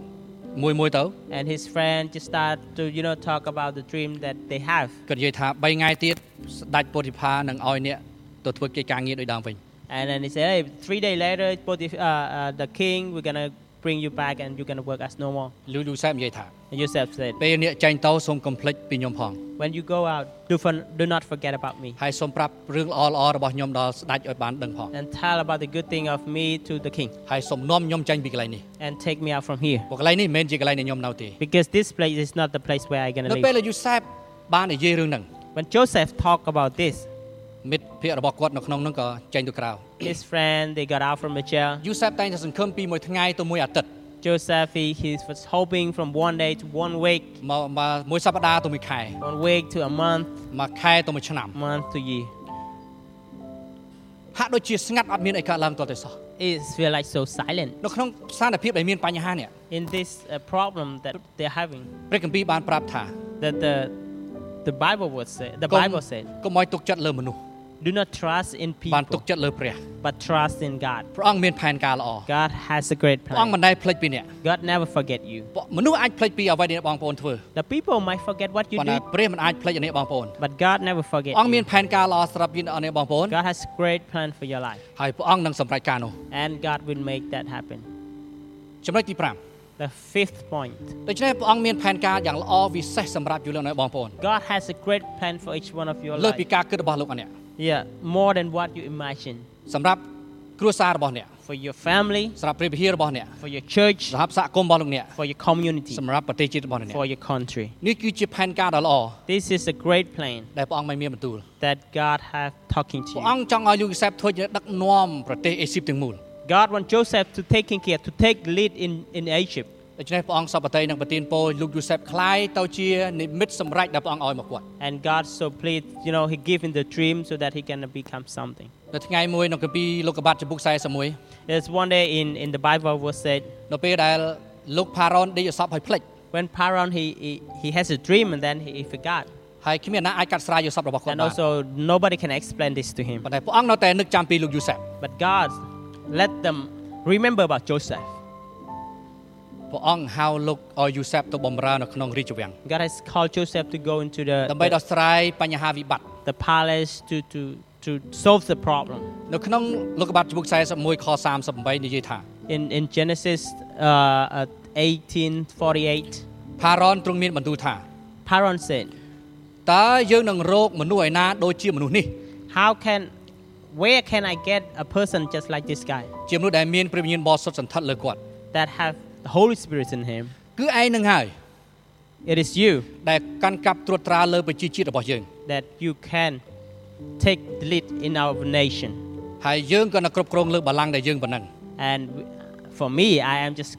Speaker 4: មួយមួយទៅ
Speaker 5: And his friend just started to, you know, talk about the dream that they have.
Speaker 4: គាត់និយាយថា3ថ្ងៃទៀតស្ដេចពោធិផានឹងឲ្យអ្នកទៅធ្វើកិច្ចការងារដោយដើមវិញ
Speaker 5: And then he said, hey, three days later, both if, uh, uh, the king, we're going to bring you back and you're going to work as normal.
Speaker 4: លូយូសែបនិយាយថា
Speaker 5: And Joseph said,
Speaker 4: ពេលអ្នកចាញ់តោសូមកំភ្លេចពីខ្ញុំផង
Speaker 5: when you go out, do, fun, do not forget about me.
Speaker 4: ហើយសូមប្រាប់រឿងល្អល្អៗរបស់ខ្ញុំដល់ស្ដេចឲ្យបានដឹងផង
Speaker 5: And tell about the good thing of me to the king.
Speaker 4: ហើយសូមនាំខ្ញុំចាញ់ពីកន្លែងនេះ
Speaker 5: And take me out from here.
Speaker 4: ព្រោះកន្លែងនេះមិនមែនជាកន្លែងដែលខ្ញុំនៅទេ
Speaker 5: Because this place is not the place where I'm going
Speaker 4: នៅ
Speaker 5: to
Speaker 4: ពេល
Speaker 5: live.
Speaker 4: ដែលយូសែបបាននិយាយរឿងហ្នឹង
Speaker 5: When Joseph talked about this,
Speaker 4: មិត្តភ័ក្តិរបស់គាត់នៅក្នុងហ្នឹងក៏ចេញទៅក្រៅ
Speaker 5: his friend, they got out from the jail.
Speaker 4: យូសែបតែងតែសង្ឃឹមពីមួយថ្ងៃទៅមួយអាទិត្យ
Speaker 5: Joseph, he, he was hoping from one day to one week,
Speaker 4: មកមកមួយសប្តាហ៍ទៅមួយខែ
Speaker 5: one week to a month,
Speaker 4: មួយខែទៅមួយឆ្នាំ
Speaker 5: month to year.
Speaker 4: ហាក់ដូចជាស្ងាត់អត់មានអីកើតឡើងទាល់តែសោះ
Speaker 5: It feels like so silent.
Speaker 4: នៅក្នុងស្ថានភាពដែលមានបញ្ហានេះ
Speaker 5: In this uh, problem that they're having,
Speaker 4: ព្រះគម្ពីរបានប្រាប់ថា
Speaker 5: that the, the Bible would say, the
Speaker 4: កុំ
Speaker 5: Bible said,
Speaker 4: កុំឲ្យទុកចិត្តលើមនុស្ស
Speaker 5: do not trust in
Speaker 4: បានទុក
Speaker 5: people,
Speaker 4: ចិត្តលើព្រះ
Speaker 5: but trust in God.
Speaker 4: ព្រះអង្គមានផែនការល្អ
Speaker 5: God has a great
Speaker 4: ព្រះអង្គមិន
Speaker 5: plan.
Speaker 4: ដែលភ្លេចពីអ្នក
Speaker 5: God never forget you.
Speaker 4: មនុស្សអាចភ្លេចពីអ្វីដែលអ្នកបងប្អូនធ្វើ
Speaker 5: The people might forget what you
Speaker 4: ប៉ុន្តែ
Speaker 5: did,
Speaker 4: ព្រះមិនអាចភ្លេចអ្វីអ្នកបងប្អូន
Speaker 5: but God never forget
Speaker 4: ព្រះអង្គមាន
Speaker 5: you.
Speaker 4: ផែនការល្អសម្រាប់យីអ្នកបងប្អូន
Speaker 5: God has great plan for your life,
Speaker 4: ហើយព្រះអង្គនឹងសម្រេចការនោះ
Speaker 5: and God will make that happen.
Speaker 4: ចំណុចទី
Speaker 5: The fifth point,
Speaker 4: 5ដូច្នេះព្រះអង្គមានផែនការយ៉ាងល្អវិសេសសម្រាប់យីអ្នកបងប្អូន
Speaker 5: God has a great plan for each one of your
Speaker 4: លើស
Speaker 5: life.
Speaker 4: ពីការគិតរបស់លោកអ្នក
Speaker 5: Yeah, more than what you imagine.
Speaker 4: សម្រាប់គ្រួសាររបស់អ្នក
Speaker 5: For your family,
Speaker 4: សម្រាប់ព្រះវិហាររបស់អ្នក
Speaker 5: for your church,
Speaker 4: សហគមន៍សហគមន៍របស់លោកអ្នក
Speaker 5: for your community,
Speaker 4: សម្រាប់ប្រទេសជាតិរបស់លោកអ្នក
Speaker 5: for your country.
Speaker 4: នេះគឺជាផែនការដ៏ល្អ
Speaker 5: This is a great plan
Speaker 4: ដែលព្រះអង្គមិនមានបន្ទូល
Speaker 5: that God have talking to
Speaker 4: ព្រះអ
Speaker 5: you.
Speaker 4: ង្គចង់ឲ្យយូសេបធ្វើជាដឹកនាំប្រទេសអេស៊ីបទាំងមូល
Speaker 5: God want Joseph to taking care, to take lead in, in Egypt.
Speaker 4: ដូច្នេះព្រះអង្គសពតីនឹងប្រទានពរលោកយូសេបคล้ายទៅជានិមិត្តសម្រេចដែលព្រះអង្គឲ្យមកគាត់
Speaker 5: And God so pleased, you know, he give him the dream so that he can become something.
Speaker 4: នៅថ្ងៃមួយនៅកាពីរលោកកបាត់ចំពុក41
Speaker 5: There's one day in, in the Bible was said,
Speaker 4: នៅពេលដែលលោកផារ៉ុនដេកអសពឲ្យភ្លេច
Speaker 5: when Paran, he, he, he has a dream and then he, he forgot.
Speaker 4: ហើយគ្មានអ្នកណាអាចកាត់ស្រាយយូសេបរបស់គាត់
Speaker 5: And
Speaker 4: បាន
Speaker 5: also nobody can explain this to him.
Speaker 4: ប៉ុន្តែព្រះអង្គនៅតែនឹកចាំពីលោកយូសេប
Speaker 5: But God let them remember about Joseph.
Speaker 4: ព្រះអង្គហៅលោកឲ្យយូសេបទៅបម្រើនៅក្នុងរាជវាំង
Speaker 5: God has called Joseph to go into the,
Speaker 4: ដើម្បីដោះ
Speaker 5: the,
Speaker 4: ស្រាយបញ្ហាវិបត្តិ
Speaker 5: the palace to, to, to solve the problem.
Speaker 4: នៅក្នុងលោកកបាត់ចំពុក41ខ38និយាយថា
Speaker 5: In, in Genesis uh, uh, 1848,
Speaker 4: ផារ៉ុនទ្រង់មានបន្ទូលថា
Speaker 5: Paran said,
Speaker 4: តើយើងនឹងរកមនុស្សឯណាដូចជាមនុស្សនេះ
Speaker 5: How can, where can I get a person just like this guy
Speaker 4: ជាមនុស្សដែលមានព្រះវិញ្ញាណបរិសុទ្ធសន្ធិដ្ឋលើគាត់
Speaker 5: that have the Holy Spirit in him?
Speaker 4: គឺឯងនឹងហើយ
Speaker 5: It is you
Speaker 4: ដែលកាន់កាប់ត្រួតត្រាលើប្រជាជាតិរបស់យើង
Speaker 5: that you can take the lead in our nation.
Speaker 4: ហើយយើងក៏នឹងគ្រប់គ្រងលើបល្ល័ង្កដែលយើងប៉ុណ្ណឹង
Speaker 5: And w- for me, I am just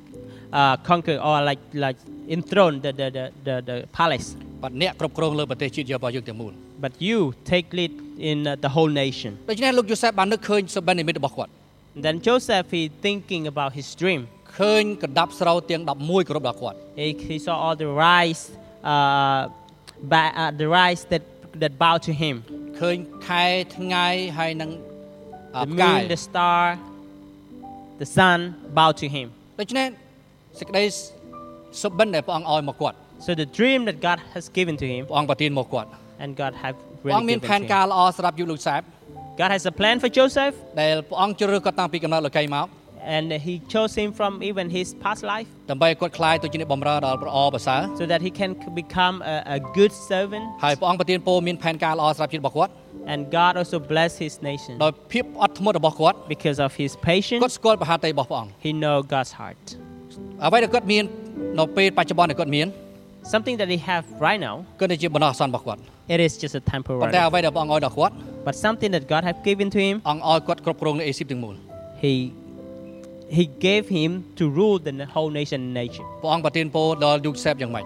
Speaker 5: uh, conquer or like, like enthrone the, the, the, the, the palace.
Speaker 4: បាត់អ្នកគ្រប់គ្រងលើប្រទេសជាតិរបស់យើងទាំងមូល
Speaker 5: But you take lead in uh, the whole nation.
Speaker 4: ដូច្នេះលោកយូសេបបាននឹកឃើញសបិននិមិត្តរបស់គាត់
Speaker 5: And then Joseph, he thinking about his dream.
Speaker 4: ឃើញកណ្ដាប់ស្រូវទាំង11គ្រប់ដល់គាត់
Speaker 5: He, he saw all the rice, uh, ba- uh, the rice that that bow to him.
Speaker 4: ឃើញខែថ្ងៃហើយនឹង
Speaker 5: The
Speaker 4: ផ្កាយ
Speaker 5: moon, the star, the sun bow to him.
Speaker 4: ដូច្នេះសេចក្តីសបិនដែលព្រះអង្គឲ្យមកគាត់
Speaker 5: So the dream that God has given to him
Speaker 4: ព្រះអង្គប្រទានមកគាត់
Speaker 5: and God have
Speaker 4: ព្រះអង្គ
Speaker 5: really
Speaker 4: មាន
Speaker 5: given
Speaker 4: ផែន
Speaker 5: to
Speaker 4: ការ
Speaker 5: him.
Speaker 4: ល្អសម្រាប់យូលូសេប
Speaker 5: God has a plan for Joseph
Speaker 4: ដែលព្រះអង្គជ្រើសរើសគាត់តាំងពីកំណត់លោកីមក
Speaker 5: and he chose him from even his past life
Speaker 4: ដើម្បីឲ្យគាត់ខ្លាយទៅជាអ្នកបម្រើដល់ព្រះអប្រសើរ
Speaker 5: so that he can become a, a good servant
Speaker 4: ហើយព្រះអង្គប្រទានពរមានផែនការល្អសម្រាប់ជីវិតរបស់គាត់
Speaker 5: and God also bless his nation
Speaker 4: ដោយភាពអត់ធ្មត់របស់គាត់
Speaker 5: because of his
Speaker 4: គាត់
Speaker 5: patience
Speaker 4: ស្គាល់ប្រហាតីរបស់ព្រះអង្គ
Speaker 5: he know God's heart
Speaker 4: អ្វីដែលគាត់មាននៅពេលបច្ចុប្បន្នដែលគាត់មាន
Speaker 5: something that he have right now
Speaker 4: គឺតែជាបណ្ដោះអាសន្នរបស់គាត់
Speaker 5: it is just a
Speaker 4: ប៉ុន្តែ
Speaker 5: temporary
Speaker 4: អ្វីដែលព្រះអង្គឲ្យដល់គាត់
Speaker 5: but something that God have given to him
Speaker 4: អង្គឲ្យគាត់គ្រប់គ្រងនៅអេស៊ីបទាំងមូល
Speaker 5: he he gave him to rule the whole nation in Egypt
Speaker 4: ព្រះអង្គប្រទានពរដល់យូសេបយ៉ាងម៉េច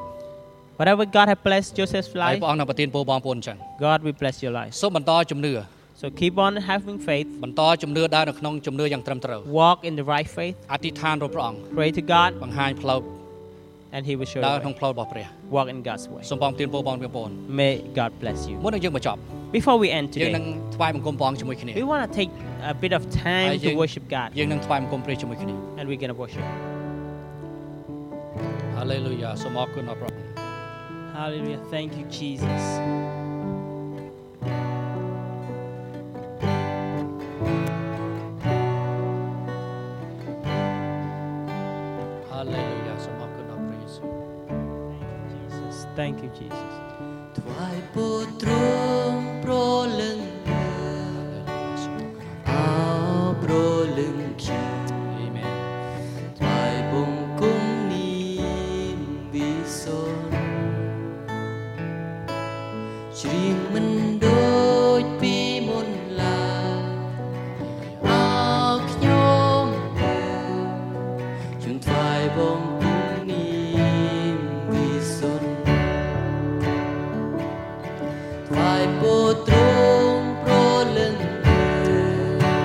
Speaker 5: whatever God have blessed Joseph's
Speaker 4: ហើយ
Speaker 5: life
Speaker 4: ព្រះអង្គនឹងប្រទានពរបងប្អូនអញ្ចឹង
Speaker 5: God will bless your life
Speaker 4: សូមបន្តជំនឿ
Speaker 5: so keep on having faith
Speaker 4: បន្តជំនឿដើរនៅក្នុងជំនឿយ៉ាងត្រឹមត្រូវ
Speaker 5: walk in the right faith,
Speaker 4: អធិដ្ឋានរបស់ព្រះអង្គ
Speaker 5: pray to God,
Speaker 4: បង្ហាញផ្លូវ
Speaker 5: and He will show
Speaker 4: ដើរ
Speaker 5: you.
Speaker 4: ក្នុង
Speaker 5: way.
Speaker 4: ផ្លូវរបស់ព្រះ
Speaker 5: Walk in God's way.
Speaker 4: សូមបងប្រៀនពោបងប្អូន
Speaker 5: May God bless you.
Speaker 4: មុននឹងយើងបញ្ចប់
Speaker 5: Before we end
Speaker 4: យើងនឹង
Speaker 5: today,
Speaker 4: ថ្វាយបង្គំព្រះអង្គជាមួយគ្នា
Speaker 5: we want to take a bit of
Speaker 4: ហើ
Speaker 5: time
Speaker 4: យយើ
Speaker 5: to
Speaker 4: ង
Speaker 5: worship God,
Speaker 4: យើងនឹងថ្វាយបង្គំព្រះជាមួយគ្នា
Speaker 5: and we're gonna worship.
Speaker 4: ហាឡេលូយ៉ាសូមអរគុណអរព្រះ
Speaker 5: Hallelujah. Thank you, Jesus.
Speaker 4: Hallelujah សូមអរគុណអរព្រះយេស៊ូវ
Speaker 5: Jesus. Thank you, Jesus.
Speaker 3: ថ្វាយពូទ្រង់ប្រលឹងអោប្រលឹងខ្ញុំ
Speaker 4: អេមែន
Speaker 3: ថ្វាយបង្គំនេះវិសុទ្ធជ្រៀងមិនដូចពីមុនឡើយអោខ្ញុំជូនថ្វាយបង្គំនេះវិសុទ្ធ ថ្វាយពូទ្រង់ប្រលឹង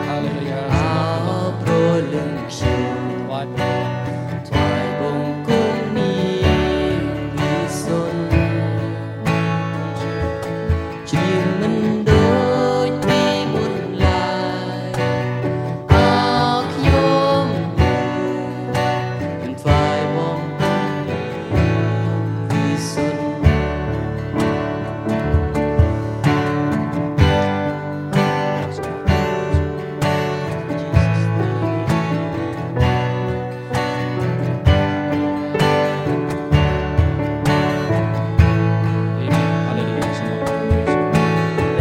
Speaker 4: ហាឡេលូយ៉ា
Speaker 3: អោប្រលឹងខ្ញុំ
Speaker 4: ថ្វាយបង្គំ
Speaker 3: ថ្វាយបង្គំនេះវិសុទ្ធជ្រាបមិនដូចពីមុនឡើយអោខ្ញុំខ្ញុំថ្វាយបង្គំនេះវិសុទ្ធ
Speaker 4: អេមែនហាឡេលូយ៉ាសូមអរគុណ
Speaker 5: Thank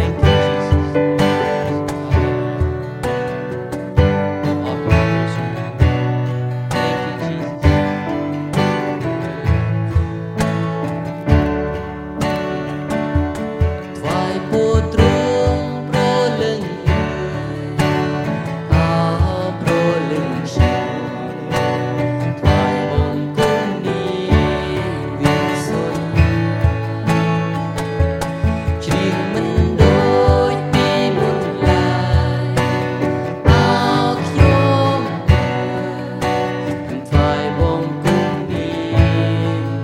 Speaker 4: អ
Speaker 5: you, Jesus.
Speaker 4: រគុណព្រះយេស៊ូវ
Speaker 5: Thank you, Jesus.
Speaker 3: ថ្វាយពូទ្រង់ប្រលឹងអោប្រលឹងខ្ញុំថ្វាយបង្គំនេះវិសុទ្ធជ្រាបមិនដូចពីមុនឡើយអោខ្ញុំខ្ញុំថ្វាយបង្គំនេះ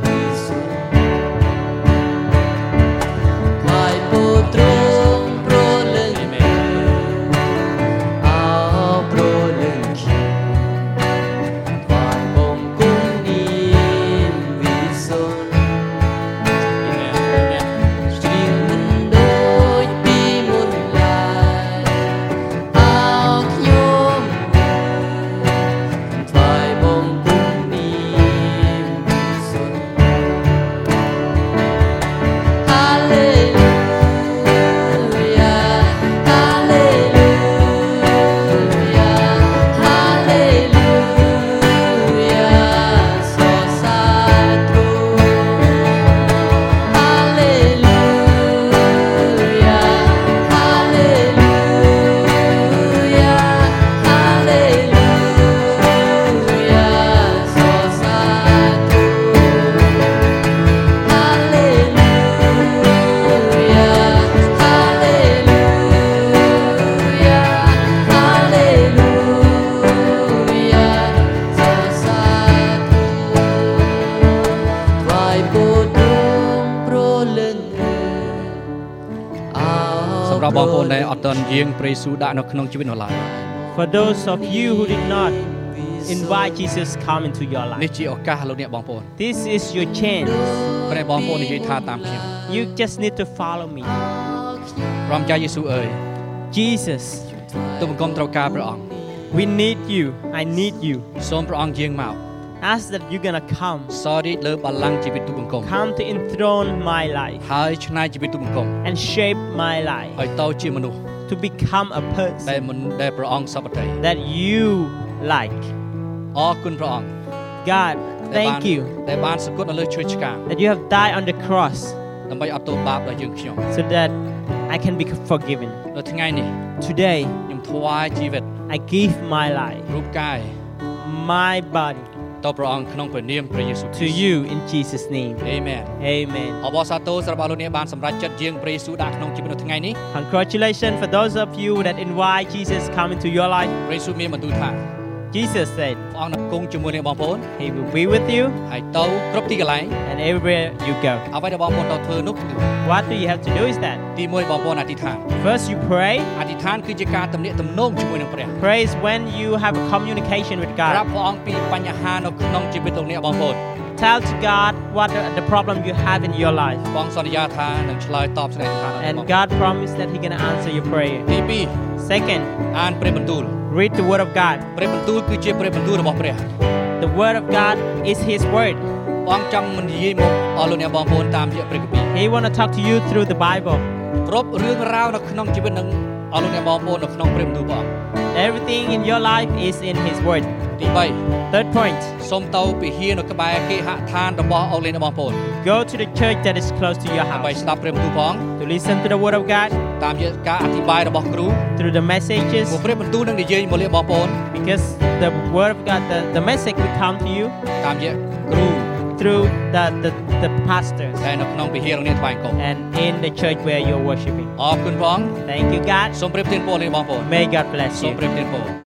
Speaker 3: វិសុទ្ធ ថ្វាយពូទ្រង់ប្រលឹងអោប្រលឹងខ្ញុំថ្វាយបង្គំនេះវិសុទ្ធជ្រាបមិនដូចពីមុនឡើយអោខ្ញុំថ្វាយបង្គំនេះវិសុទ្ធ
Speaker 4: សម្រាប់បងប្អូនដែលអត់ទាន់យាងព្រះយេស៊ូវដាក់នៅក្នុងជីវិតនោះឡើយ
Speaker 5: For those of you who did not invite Jesus come into your
Speaker 4: នេះ
Speaker 5: life,
Speaker 4: ជាឱកាសលោកអ្នកបងប្អូន
Speaker 5: this is your chance.
Speaker 4: ព្រះបងប្អូននិយាយថាតាមខ្ញុំ
Speaker 5: You just need to follow me.
Speaker 4: ព្រះម្ចាស់យេស៊ូវអើយ
Speaker 5: Jesus,
Speaker 4: ទូលបង្គំត្រូវការព្រះអង្គ
Speaker 5: we need you. I need you.
Speaker 4: សូមព្រះអង្គយាងមក
Speaker 5: Ask that you're gonna come.
Speaker 4: សរីកលើបល្ល័ង្កជីវិតទូលបង្គំ
Speaker 5: Come to enthrone my life
Speaker 4: ហើយឆ្នៃជីវិតទូលបង្គំ
Speaker 5: and shape my life
Speaker 4: ឲ្យតូចជាមនុស្ស
Speaker 5: to become a
Speaker 4: ដែល
Speaker 5: person
Speaker 4: មិនដែលព្រះអង្គសពត្រី
Speaker 5: that you like.
Speaker 4: អរគុណព្រះអង្គ
Speaker 5: God,
Speaker 4: ដែលបាន
Speaker 5: thank you
Speaker 4: ដែលបានសគត់នៅលើឈើឆ្កាង
Speaker 5: that you have died on the cross
Speaker 4: ដើម្បីអត់ទោសបាបដល់យើងខ្ញុំ
Speaker 5: so that I can be forgiven.
Speaker 4: នៅថ្ងៃនេះ
Speaker 5: Today,
Speaker 4: ខ្ញុំថ្វាយជីវិត
Speaker 5: I give my life,
Speaker 4: រូបកាយ
Speaker 5: my body
Speaker 4: តព្រះអង្គក្នុងព្រះនាមព្រះយេស៊ូវគ្រី
Speaker 5: to
Speaker 4: ស្ទ
Speaker 5: you in Jesus' name.
Speaker 4: អេមែន
Speaker 5: Amen.
Speaker 4: អបអរសាទរសម្រាប់លោកអ្នកបានសម្រេចចិត្តយាងព្រះយេស៊ូវដាក់ក្នុងជីវិតនៅថ្ងៃនេះ
Speaker 5: Congratulations for those of you that invite Jesus come into your life.
Speaker 4: ព្រះយេស៊ូវមានបន្ទូលថា
Speaker 5: Jesus said,
Speaker 4: ព្រះអង្គនឹងគង់ជាមួយនឹងបងប្អូន
Speaker 5: He will be with you
Speaker 4: ហើយទៅគ្រប់ទីកន្លែង
Speaker 5: and everywhere you go.
Speaker 4: អ្វីដែលបងប្អូនត្រូវធ្វើនោះគឺ
Speaker 5: What do you have to do is that
Speaker 4: ទី1បងប្អូនអធិដ្ឋាន
Speaker 5: first you pray.
Speaker 4: អធិដ្ឋានគឺជាការទំនាក់ទំនងជាមួយនឹងព្រះ
Speaker 5: Pray is when you have a communication with
Speaker 4: ប្រាប់
Speaker 5: God.
Speaker 4: ព្រះអង្គពីបញ្ហានៅក្នុងជីវិតរបស់អ្នកបងប្អូន
Speaker 5: Tell to God what the, the problem you have in your life.
Speaker 4: បងសន្យាថានឹងឆ្លើយតបស្ដីថារបស់អ្នកបង
Speaker 5: And
Speaker 4: ប្អូន
Speaker 5: God promised that He gonna answer your prayer.
Speaker 4: ទី
Speaker 5: Second,
Speaker 4: 2អានព្រះបន្ទូល
Speaker 5: read the Word of God.
Speaker 4: ព្រះបន្ទូលគឺជាព្រះបន្ទូលរបស់ព្រះ
Speaker 5: The Word of God is His Word.
Speaker 4: ព្រះអង្គចង់មិននិយាយមកអស់លោកអ្នកបងប្អូនតាមរយៈព្រះគម្ពីរ
Speaker 5: He wanna talk to you through the Bible.
Speaker 4: គ្រប់រឿងរ៉ាវនៅក្នុងជីវិតនឹងអស់លោកអ្នកបងប្អូននៅក្នុងព្រះបន្ទូលព្រះអង្គ
Speaker 5: Everything in your life is in His Word.
Speaker 4: ទី
Speaker 5: Third point,
Speaker 4: 3សូមទៅពិហារនៅក្បែរគេហដ្ឋានរបស់អស់លោកអ្នកបងប្អូន
Speaker 5: go to the church that is close to your
Speaker 4: ដើម្បី
Speaker 5: house
Speaker 4: ស្ដាប់ព្រះបន្ទូលព្រះអង្គ
Speaker 5: to listen to the Word of God
Speaker 4: តាមរយៈការអធិប្បាយរបស់គ្រូ
Speaker 5: through the messages
Speaker 4: ព្រោះព្រះបន្ទូលនឹងនិយាយមកលើបងប្អូន
Speaker 5: because the Word of God, the, the message will come to you
Speaker 4: តាមរយៈគ្រូ
Speaker 5: through the, the, the pastors
Speaker 4: ដែលនៅក្នុងពិហាររបស់អ្នកថ្វាយកុំ
Speaker 5: and in the church where you're worshiping.
Speaker 4: អរគុណព្រះអង្គ
Speaker 5: Thank you, God.
Speaker 4: សូមព្រះប្រទានពរលើបងប្អូន
Speaker 5: May God bless
Speaker 4: សូម
Speaker 5: you.
Speaker 4: ព្រះប្រទានពរ